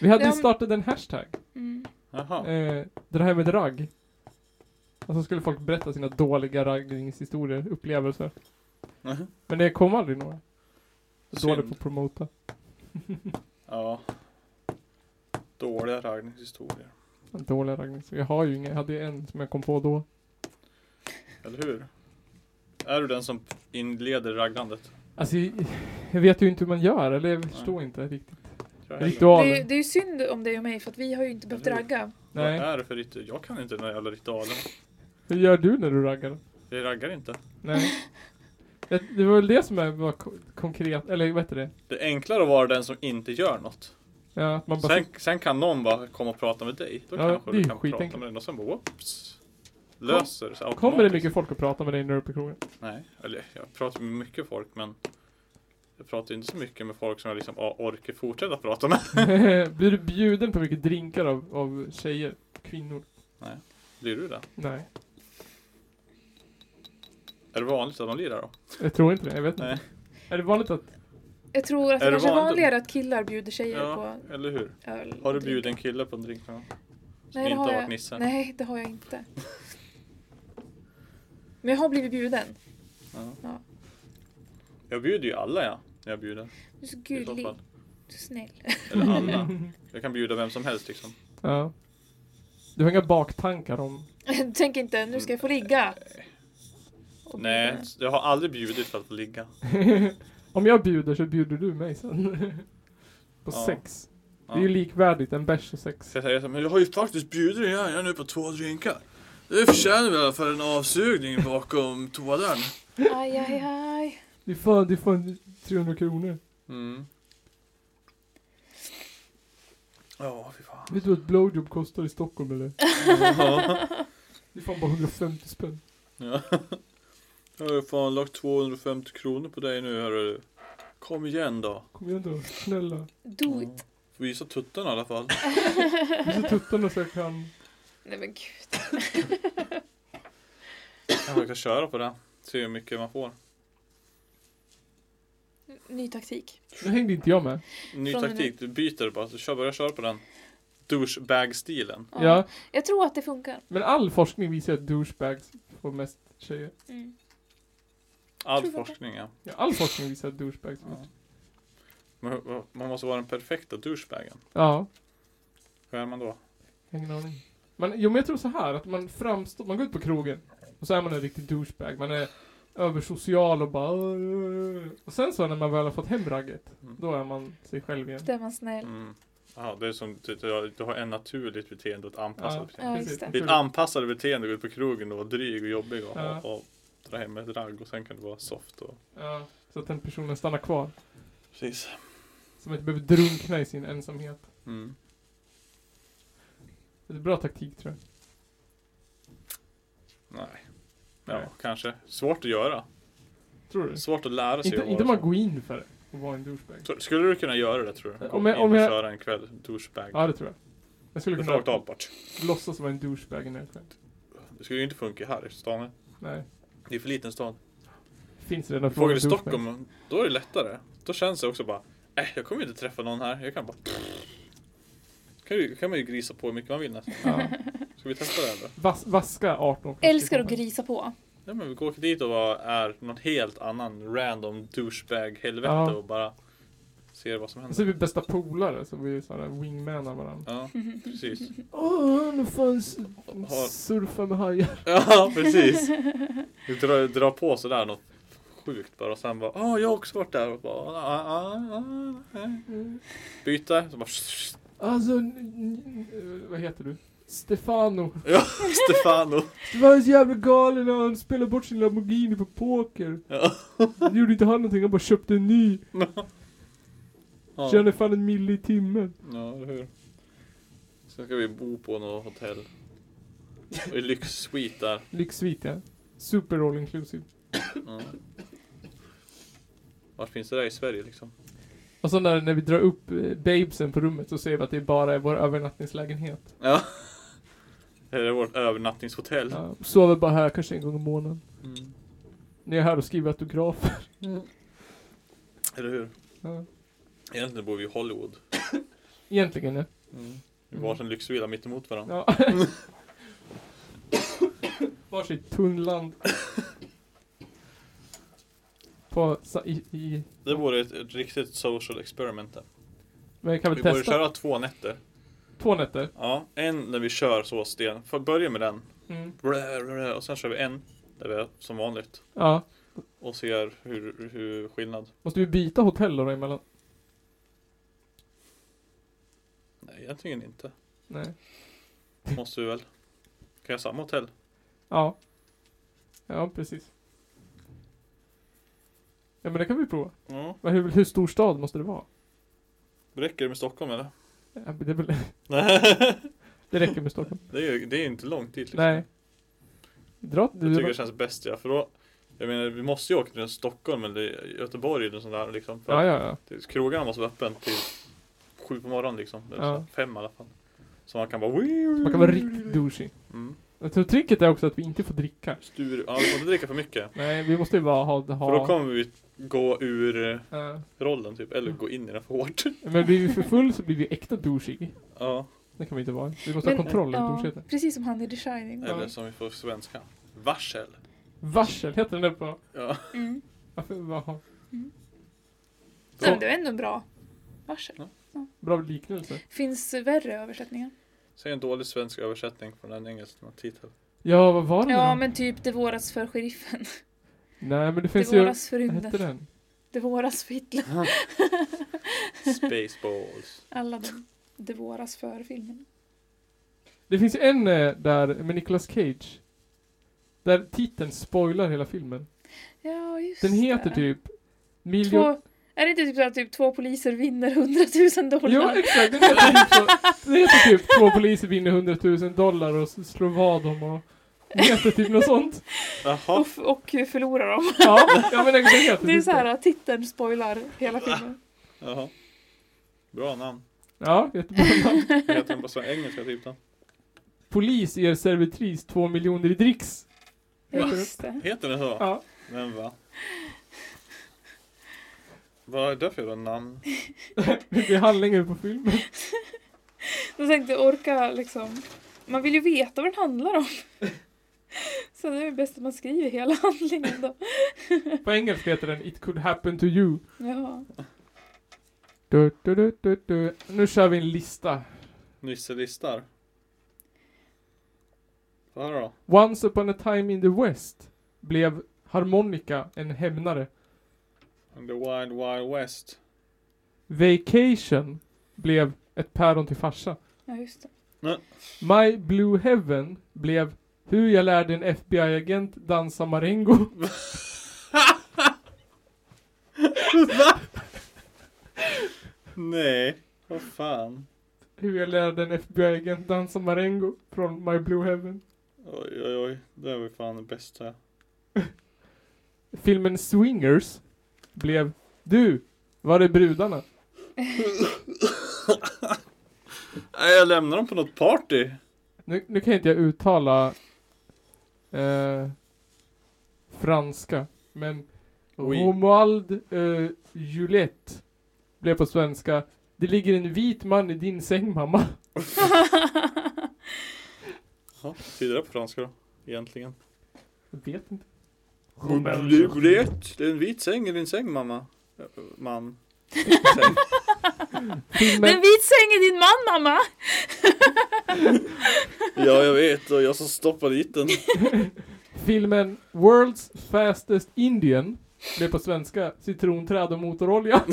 Vi hade ju Ja, men- startat en hashtag. Mm. Jaha. Eh, det här med ragg. Och så skulle folk berätta sina dåliga raggningshistorier, upplevelser. Mhm. Men det kom aldrig några. Dåligt på Synd. att promota. Ja. Dåliga raggningshistorier. Dåliga raggningshistorier. Jag har ju inga. Jag hade ju en som jag kom på då. Eller hur? Är du den som inleder raggandet? Alltså, jag vet ju inte hur man gör. Eller jag förstår inte riktigt. Tror jag heller. Det, är- Ritualen. det är ju synd om dig och mig för att vi har ju inte behövt Eller hur? ragga. Vad Nej. är det för ritual? Jag kan inte den här jävla ritualen. Hur gör du när du raggar? Jag raggar inte. Nej. Det, det var väl det som är, var ko- konkret. Eller vad heter det? Det är enklare att vara den som inte gör något. Ja, att man bara... Sen, sen kan någon bara komma och prata med dig. Då Ja, det kanske är du ju kan prata skitenkelt. med den och sen bara whoops. Löser det sig automatiskt. Kommer det mycket folk att prata med dig när du är på krogen? Nej, eller jag pratar med mycket folk men jag pratar inte så mycket med folk som jag liksom ah, orkar fortsätta prata med. Blir du bjuden på mycket drinkar av, av tjejer? Kvinnor? Blir du det? Nej. Är det vanligt att de lirar då? Jag tror inte det, jag vet inte. Nej. Är det vanligt att... Jag tror att det Är det kanske är vanligt? vanligare att killar bjuder tjejer Ja, på eller hur? öl. och Har du drink. bjudit en kille på en drink någon gång? Som Nej, det inte har har varit jag. Nisse? Nej, det har jag inte. Men jag har blivit bjuden. Ja. Ja. Jag bjuder ju alla ja, när jag bjuder. Du är så I så gullig. fall. Du är så snäll. Eller alla. Jag kan bjuda vem som helst liksom. Ja. Du har inga baktankar om... Tänk inte, nu ska jag få ligga. Och bjuda. Nej, jag har aldrig bjudit för att få ligga. om jag bjuder så bjuder du mig sen. på Ja. sex. Ja. Det är ju likvärdigt, en bärs och sex. Så jag säger så här, men jag har ju faktiskt bjudit dig här, jag är nu på två drinkar. Det förtjänar väl i alla fall en avsugning bakom toadörren. Aj, aj, aj. Du får, du får 300 kronor. Mm. Ja, fy fan. Vet du vad ett blowjob kostar i Stockholm eller? det är fan bara 150 spänn. Ja. Jag har ju fan lagt 250 kronor på dig nu hörru. Kom igen då. Kom igen då, snälla. Do it. Får visa tuttarna i alla fall. Visa tuttarna så jag kan... Nej men gud. Jag försöker köra på det. Se hur mycket man får. Ny taktik. Nu hängde inte jag med. Ny Från och med taktik, du byter bara. Du kör, börjar köra på den douchebag-stilen. Ja. Ja. Jag tror att det funkar. Men all forskning visar att douchebags får mest tjejer. Mm. All Tror jag forskning ja. Ja, all forskning visar att douchebags får mest Men hur- Man måste vara den perfekta douchebagen. Ja, Hur är man då? ingen aning. Men, jo men jag tror så här att man framstår, man går ut på krogen och så är man en riktig douchebag. Man är översocial och bara Och sen så när man väl har fått hem ragget, då är man sig själv igen. Då är man snäll. Mm. Aha, det är som du, du har- du har en naturligt beteende och ett anpassat Ja. beteende. Ja, just det. Ditt anpassade beteende går ut på krogen och vara dryg och jobbig och, Ja. och, och dra hem ett ragg och sen kan du vara soft och... Ja, så att den personen stannar kvar. Precis. Så man inte behöver drunkna i sin ensamhet. Mm. Det är en bra taktik tror jag. Nej. Ja, Nej. kanske. Svårt att göra. Tror du? Svårt att lära sig Inte, att vara inte man så. går in för det och vara en douchebag. Så- Skulle du kunna göra det tror du? Gå Om jag- in om och jag- köra en kväll douchebag. Ja, det tror jag. Jag skulle Rakt kunna av bort. låtsas vara en douchebag i närtid. Det skulle ju inte funka här i stan. Nej. Det är för liten stad. Finns redan Frågar för du douchebags. Stockholm, då är det lättare. Då känns det också bara, äh, jag kommer ju inte träffa någon här. Jag kan bara... Kan, ju, kan man ju grisa på hur mycket man vill nästan. Ja. Ska vi testa det här då? Vas vaska 18 Älskar att grisa på. Ja men vi går dit och bara är någon helt annan random douchebag helvete Ja. och bara ser vad som Och så är händer. vi bästa polare, så vi är sådana wingmanar varandra. Ja, precis. Åh, nu får jag Har- surfa med hajar. Ja, precis. Vi drar, drar på sådär något sjukt bara och sen bara ah jag har också varit där och bara ah, ah, ah, nej. Byta, så bara Alltså, n- n- eh, vad heter du? Stefano. ja, Stefano. Det var så jävla galen när han spelade bort sin Lamborghini på poker. Ja. Det gjorde inte han någonting, han bara köpte en ny. Ja. Tjänade fan en mille i timmen. Ja, eller hur? Sen ska vi bo på något hotell. I lyxsuite där. Lyxsvit ja. Super all inclusive. Ja. Vart finns det där i Sverige liksom? Och så när, när vi drar upp eh, babesen på rummet så ser vi att det bara är vår övernattningslägenhet. Ja. Det är vårt övernattningshotell. Ja, sover bara här kanske en gång i månaden. Mm. Ni är här och skriver autografer. Eller hur? Ja. Egentligen bor vi i Hollywood. Egentligen ja. I varsin lyxvilla mitt emot varandra. ja. Varsitt tunnland. På, sa- i, i, Det vore ett, ett riktigt social experiment där. men kan Vi vi borde testa köra två nätter. två nätter? Ja, en när vi kör så sten. Får börja med den. Mm. Och sen kör vi en där vi är som vanligt. Ja. Och ser hur, hur skillnad. Måste vi byta hotell då emellan? Nej, egentligen inte. Nej. Måste vi väl. Kan jag ha samma hotell? Ja. Ja, precis. Ja, men det kan vi prova. Ja. Men hur, hur stor stad måste det vara? Räcker det med Stockholm eller? Ja, men Det, är väl- det räcker med Stockholm. det, är, ju- det är inte långt dit liksom. Nej. Dra Jag tycker du, det känns bäst ja, för då Jag menar vi måste ju åka till Stockholm eller Göteborg eller sånt där liksom för Ja, att ja, ja. det- Krogarna måste vara öppen till sju på morgonen liksom, eller Ja. så här fem i alla fall Så man kan bara Man kan vara riktigt douchig. mm. Jag tror tricket är också att vi inte får dricka. Stur, ja vi får inte dricka för mycket Nej, vi måste ju bara ha... För då ha kommer vi gå ur eh, ja. rollen typ, eller gå in i den för hårt men blir vi för full så blir vi äkta douchig. Ja, Det kan vi inte vara. Vi måste ha Men- kontroll över Ja, douchigheten. precis som han i The Shining. Ja. eller som vi får svenska Varsel Varsel heter den där på... Ja, Mm. Varför, vad- Nej, men det är ändå en bra varsel. Bra liknelse. Finns värre översättningar. säg en dålig svensk översättning från den engelska titeln Ja, vad var det Ja, nu? men typ Det våras för sheriffen. Nej, men det Det finns ju... våras för Vad hette rymden. den? Det våras för Hitler. Spaceballs Alla de. Det våras för filmen. Det finns ju en eh, där med Nicolas Cage. Där titeln spoilar hela filmen. Ja, just Den heter det. typ... Miljon... Två, är det inte typ så att typ två poliser vinner 100 000 dollar? Jo, exakt! Den heter typ så. Den heter typ Två poliser vinner 100 000 dollar och s- slår vad om och... Den heter typ något sånt. Jaha, och, f- och förlorar dem. Ja, ja men den den heter Det är typ så här att titeln spoilar Ah. hela filmen. jaha Bra namn Ja, jättebra namn. Vad heter den på svenska? Engelska typ då? Polis ger servitris två miljoner i dricks. Just det. Heter den så? Ja. Men va? Vad är det för jävla namn? Det är handlingen på filmen. Då tänkte jag orka liksom. Man vill ju veta vad den handlar om. Så det är det bäst att man skriver hela handlingen då. På engelska heter den It could happen to you. Ja. Du, du, du, du, du. Nu kör vi en lista. Nisse listar. Vad är det då? Once upon a time in the West blev harmonika en hämnare. In The Wild Wild West. Vacation blev ett päron till farsa. Ja, just det. My Blue Heaven blev hur jag lärde en FBI-agent dansa marengo. Nej, vad fan. Hur jag lärde en FBI-agent dansa marengo från My Blue Heaven. Oj, oj, oj. Det var ju fan det bästa. Filmen Swingers blev Du, var är brudarna? Nej, jag lämnar dem på något party. Nu, nu kan inte jag uttala eh, franska, men Oui. Romuald eh, Juliette blev på svenska Det ligger en vit man i din säng mamma. Ja, betyder det på franska då? Egentligen. Jag vet inte. Du vet, det är en vit säng i din säng mamma. Eh, Man. Säng. Filmen, Det är en vit säng i din man mamma! Ja, jag vet. Och jag som stoppade dit den. filmen World's Fastest Indian blev på svenska Citronträd och motorolja.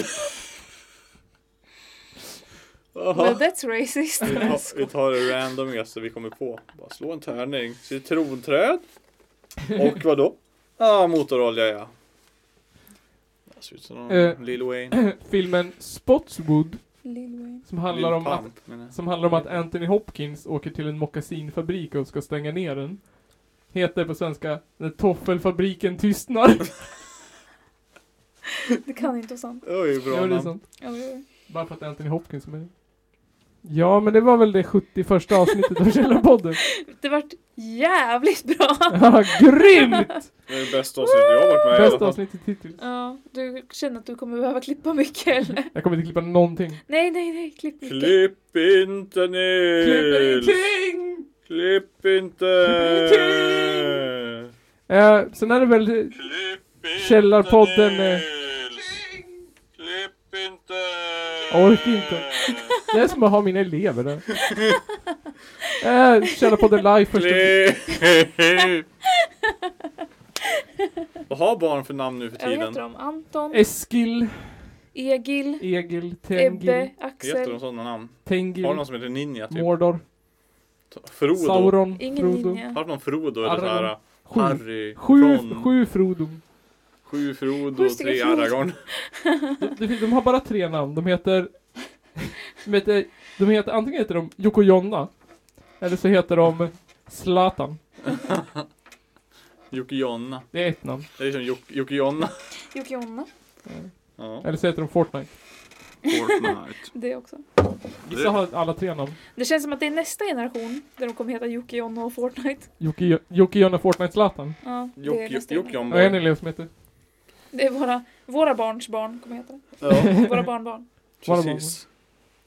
Aha. Well, that's racist. Vi tar, vi tar det randomigaste vi kommer på. Bara slå en tärning. Citronträd. Och vadå? Ja, ah, motorolja ja. Det ser ut som någon Eh. Lil Wayne. Filmen Spotswood Lil Wayne. som handlar om Lil att Pump, menar jag. Som handlar om att Anthony Hopkins åker till en mockasinfabrik och ska stänga ner den. Heter på svenska När toffelfabriken tystnar. Det kan inte vara sant. Det var ju bra Ja, det är namn. sant. Oj, oj. Bara för att Anthony Hopkins är med. Ja, men det var väl det 71 avsnittet av Källarpodden. Det vart jävligt bra! Ja, Grymt! Det är det bästa avsnittet jag har varit med i alla Bästa fall. avsnittet hittills. Ja, du känner att du kommer behöva klippa mycket eller? Jag kommer inte klippa någonting. Nej, nej, nej, klipp mycket. Klipp inte Klipper Nils! ingenting! Klipp inte! ingenting! Eh, sen är det väl... Klipp inte Källarpodden, eh. Nils! Klipp inte! Ork inte. Det är som att ha mina elever där. Eh, Källarpodden live första... Klipp! Vad har barn för namn nu för Ja, Vad heter tiden? de? Anton, Eskil, Egil, E- Egil, Tengil, Ebbe, Heter de Axel. sådana namn? Tengil. Har de någon som heter Ninja typ? Mordor, Frodo? Sauron, Ingen Frodo. ninja. Har de någon Frodo eller Aragorn. såhär? Sju. Harry? Sju, Ron? sju Frodo. Sju Frodo, Sju stycken tre Frodo. Aragorn. De, de, de har bara tre namn. De heter... De heter, de heter antingen heter de Jocke och Jonna. Eller så heter de Zlatan. Jocke Jonna. Det är ett namn. Det är som Jock- Jocke Jonna. Jocke Jonna, Ja. Eller så heter de Fortnite. Fortnite. det också. Vissa har alla tre namn. Det känns som att det är nästa generation där de kommer heta Jocke Jonna och Fortnite. Jocke, Jo- Jocke Jonna, Fortnite, Zlatan. Ja, det är Jocke nästa Jocke generation. Och en Jonna. elev som heter... Det är våra, våra barns barn kommer heta det. Ja, Våra barnbarn. Vad precis.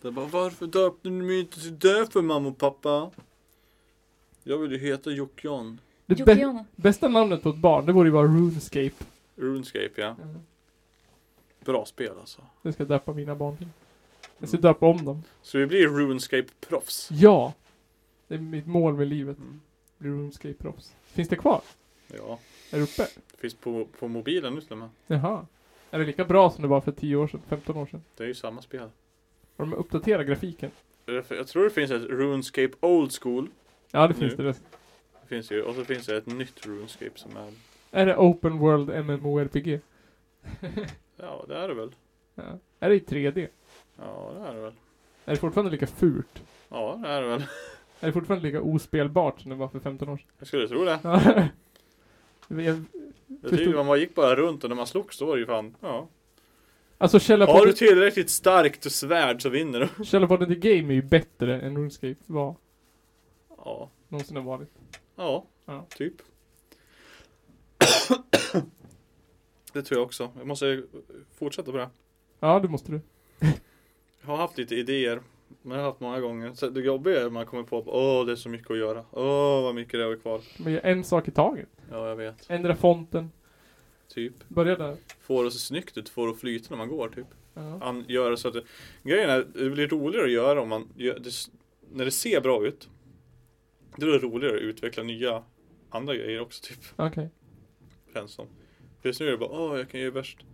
Det bara, varför döpte ni mig inte till det för mamma och pappa? Jag vill ju heta Jocke Jon. Det Jocke bä, Jonna. bästa namnet på ett barn, det borde ju vara RuneScape. Runescape ja. Mm. Bra spel alltså. Det ska jag döpa mina barn till. Jag ska döpa om dem. Så vi blir Runescape-proffs. Ja! Det är mitt mål med livet. Mm. Bli RuneScape-proffs. Finns det kvar? Ja, Är det uppe? det finns på, på mobilen nu till och med. Jaha. Är det lika bra som det var för 10 år sedan, 15 år sedan? Det är ju samma spel. Har de uppdaterat grafiken? Jag tror det finns ett RuneScape Old School. Ja, det finns Nu. det. det. Det finns ju, och så finns det ett nytt RuneScape som är... Är det Open World MMORPG? Ja, det är det väl. Ja. Är det i 3D? Ja, det är det väl. Är det fortfarande lika fult? Ja, det är det väl. Är det fortfarande lika ospelbart som det var för 15 år sedan? Jag skulle tro det. Ja. Jag- Jag tycker man- man gick bara runt och när man slogs då var det ju fan, ja. Alltså Källarpodden- Har du tillräckligt starkt svärd så vinner du. Källarpodden The Game är ju bättre än RuneScape var. Ja, någonsin har varit. Ja, Ja. typ. det tror jag också. Jag måste fortsätta på det. Ja, det måste du. Jag har haft lite idéer. Men jag har haft många gånger. Så det jobbiga är när man kommer på att åh, det är så mycket att göra. Åh, vad mycket det är kvar. Men gör en sak i taget. Ja, jag vet. Ändra fonten. Typ. Börja där. Får det så snyggt ut, får det att flyta när man går typ. Ja. An- göra så att det, grejen är, det blir roligare att göra om man gör, det, s- när det ser bra ut. Då är det roligare att utveckla nya andra grejer också typ. Okej. Känns som. För Just nu är det bara, åh jag kan göra värst.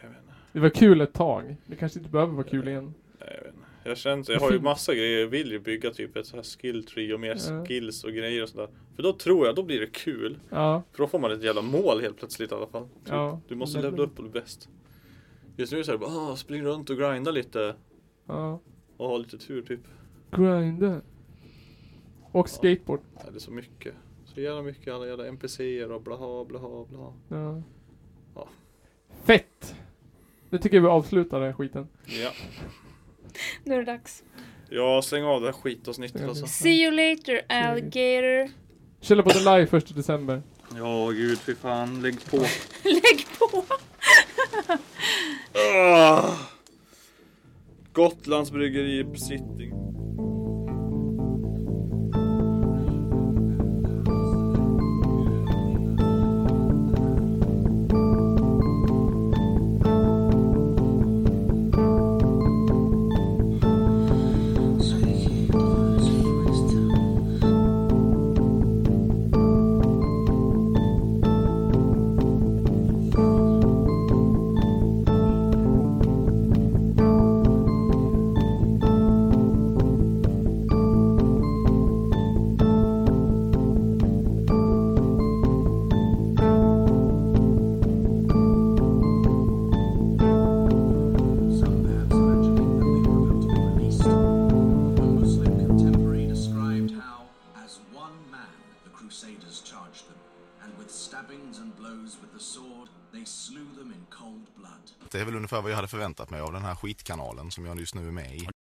Jag vet inte. Det var kul ett tag. Det kanske inte behöver vara kul igen. Nej, jag, vet inte. jag känns, jag har ju massa grejer, jag vill ju bygga typ ett så här skill tree och mer Ja. skills och grejer och sådär. För då tror jag, då blir det kul. Ja. För då får man ett jävla mål helt plötsligt i alla fall. Typ. Ja. Du måste levla upp och bli bäst. Just nu är det såhär, åh spring runt och grinda lite. Ja. Och ha lite tur typ. Grinda. Och skateboard. Ja, det är så mycket. Så jävla mycket alla jävla NPCer och blaha blaha blaha. Ja. Ja. Fett! Nu tycker jag vi avslutar den här skiten. Ja. Nu är det dags. ja, släng av det här skitavsnittet alltså. See you later alligator. Källarpodden live 1 december. Ja gud fy fan, lägg på. Lägg på! Ah! Gotlands bryggeri besittning. Some maps mentioning that they were built to be released. One Muslim contemporary described how, as one man, the Crusaders charged them, and with stabbings and blows with the sword, they slew them in cold blood. Det är väl ungefär vad jag hade förväntat mig av den här skitkanalen som jag just nu är med i.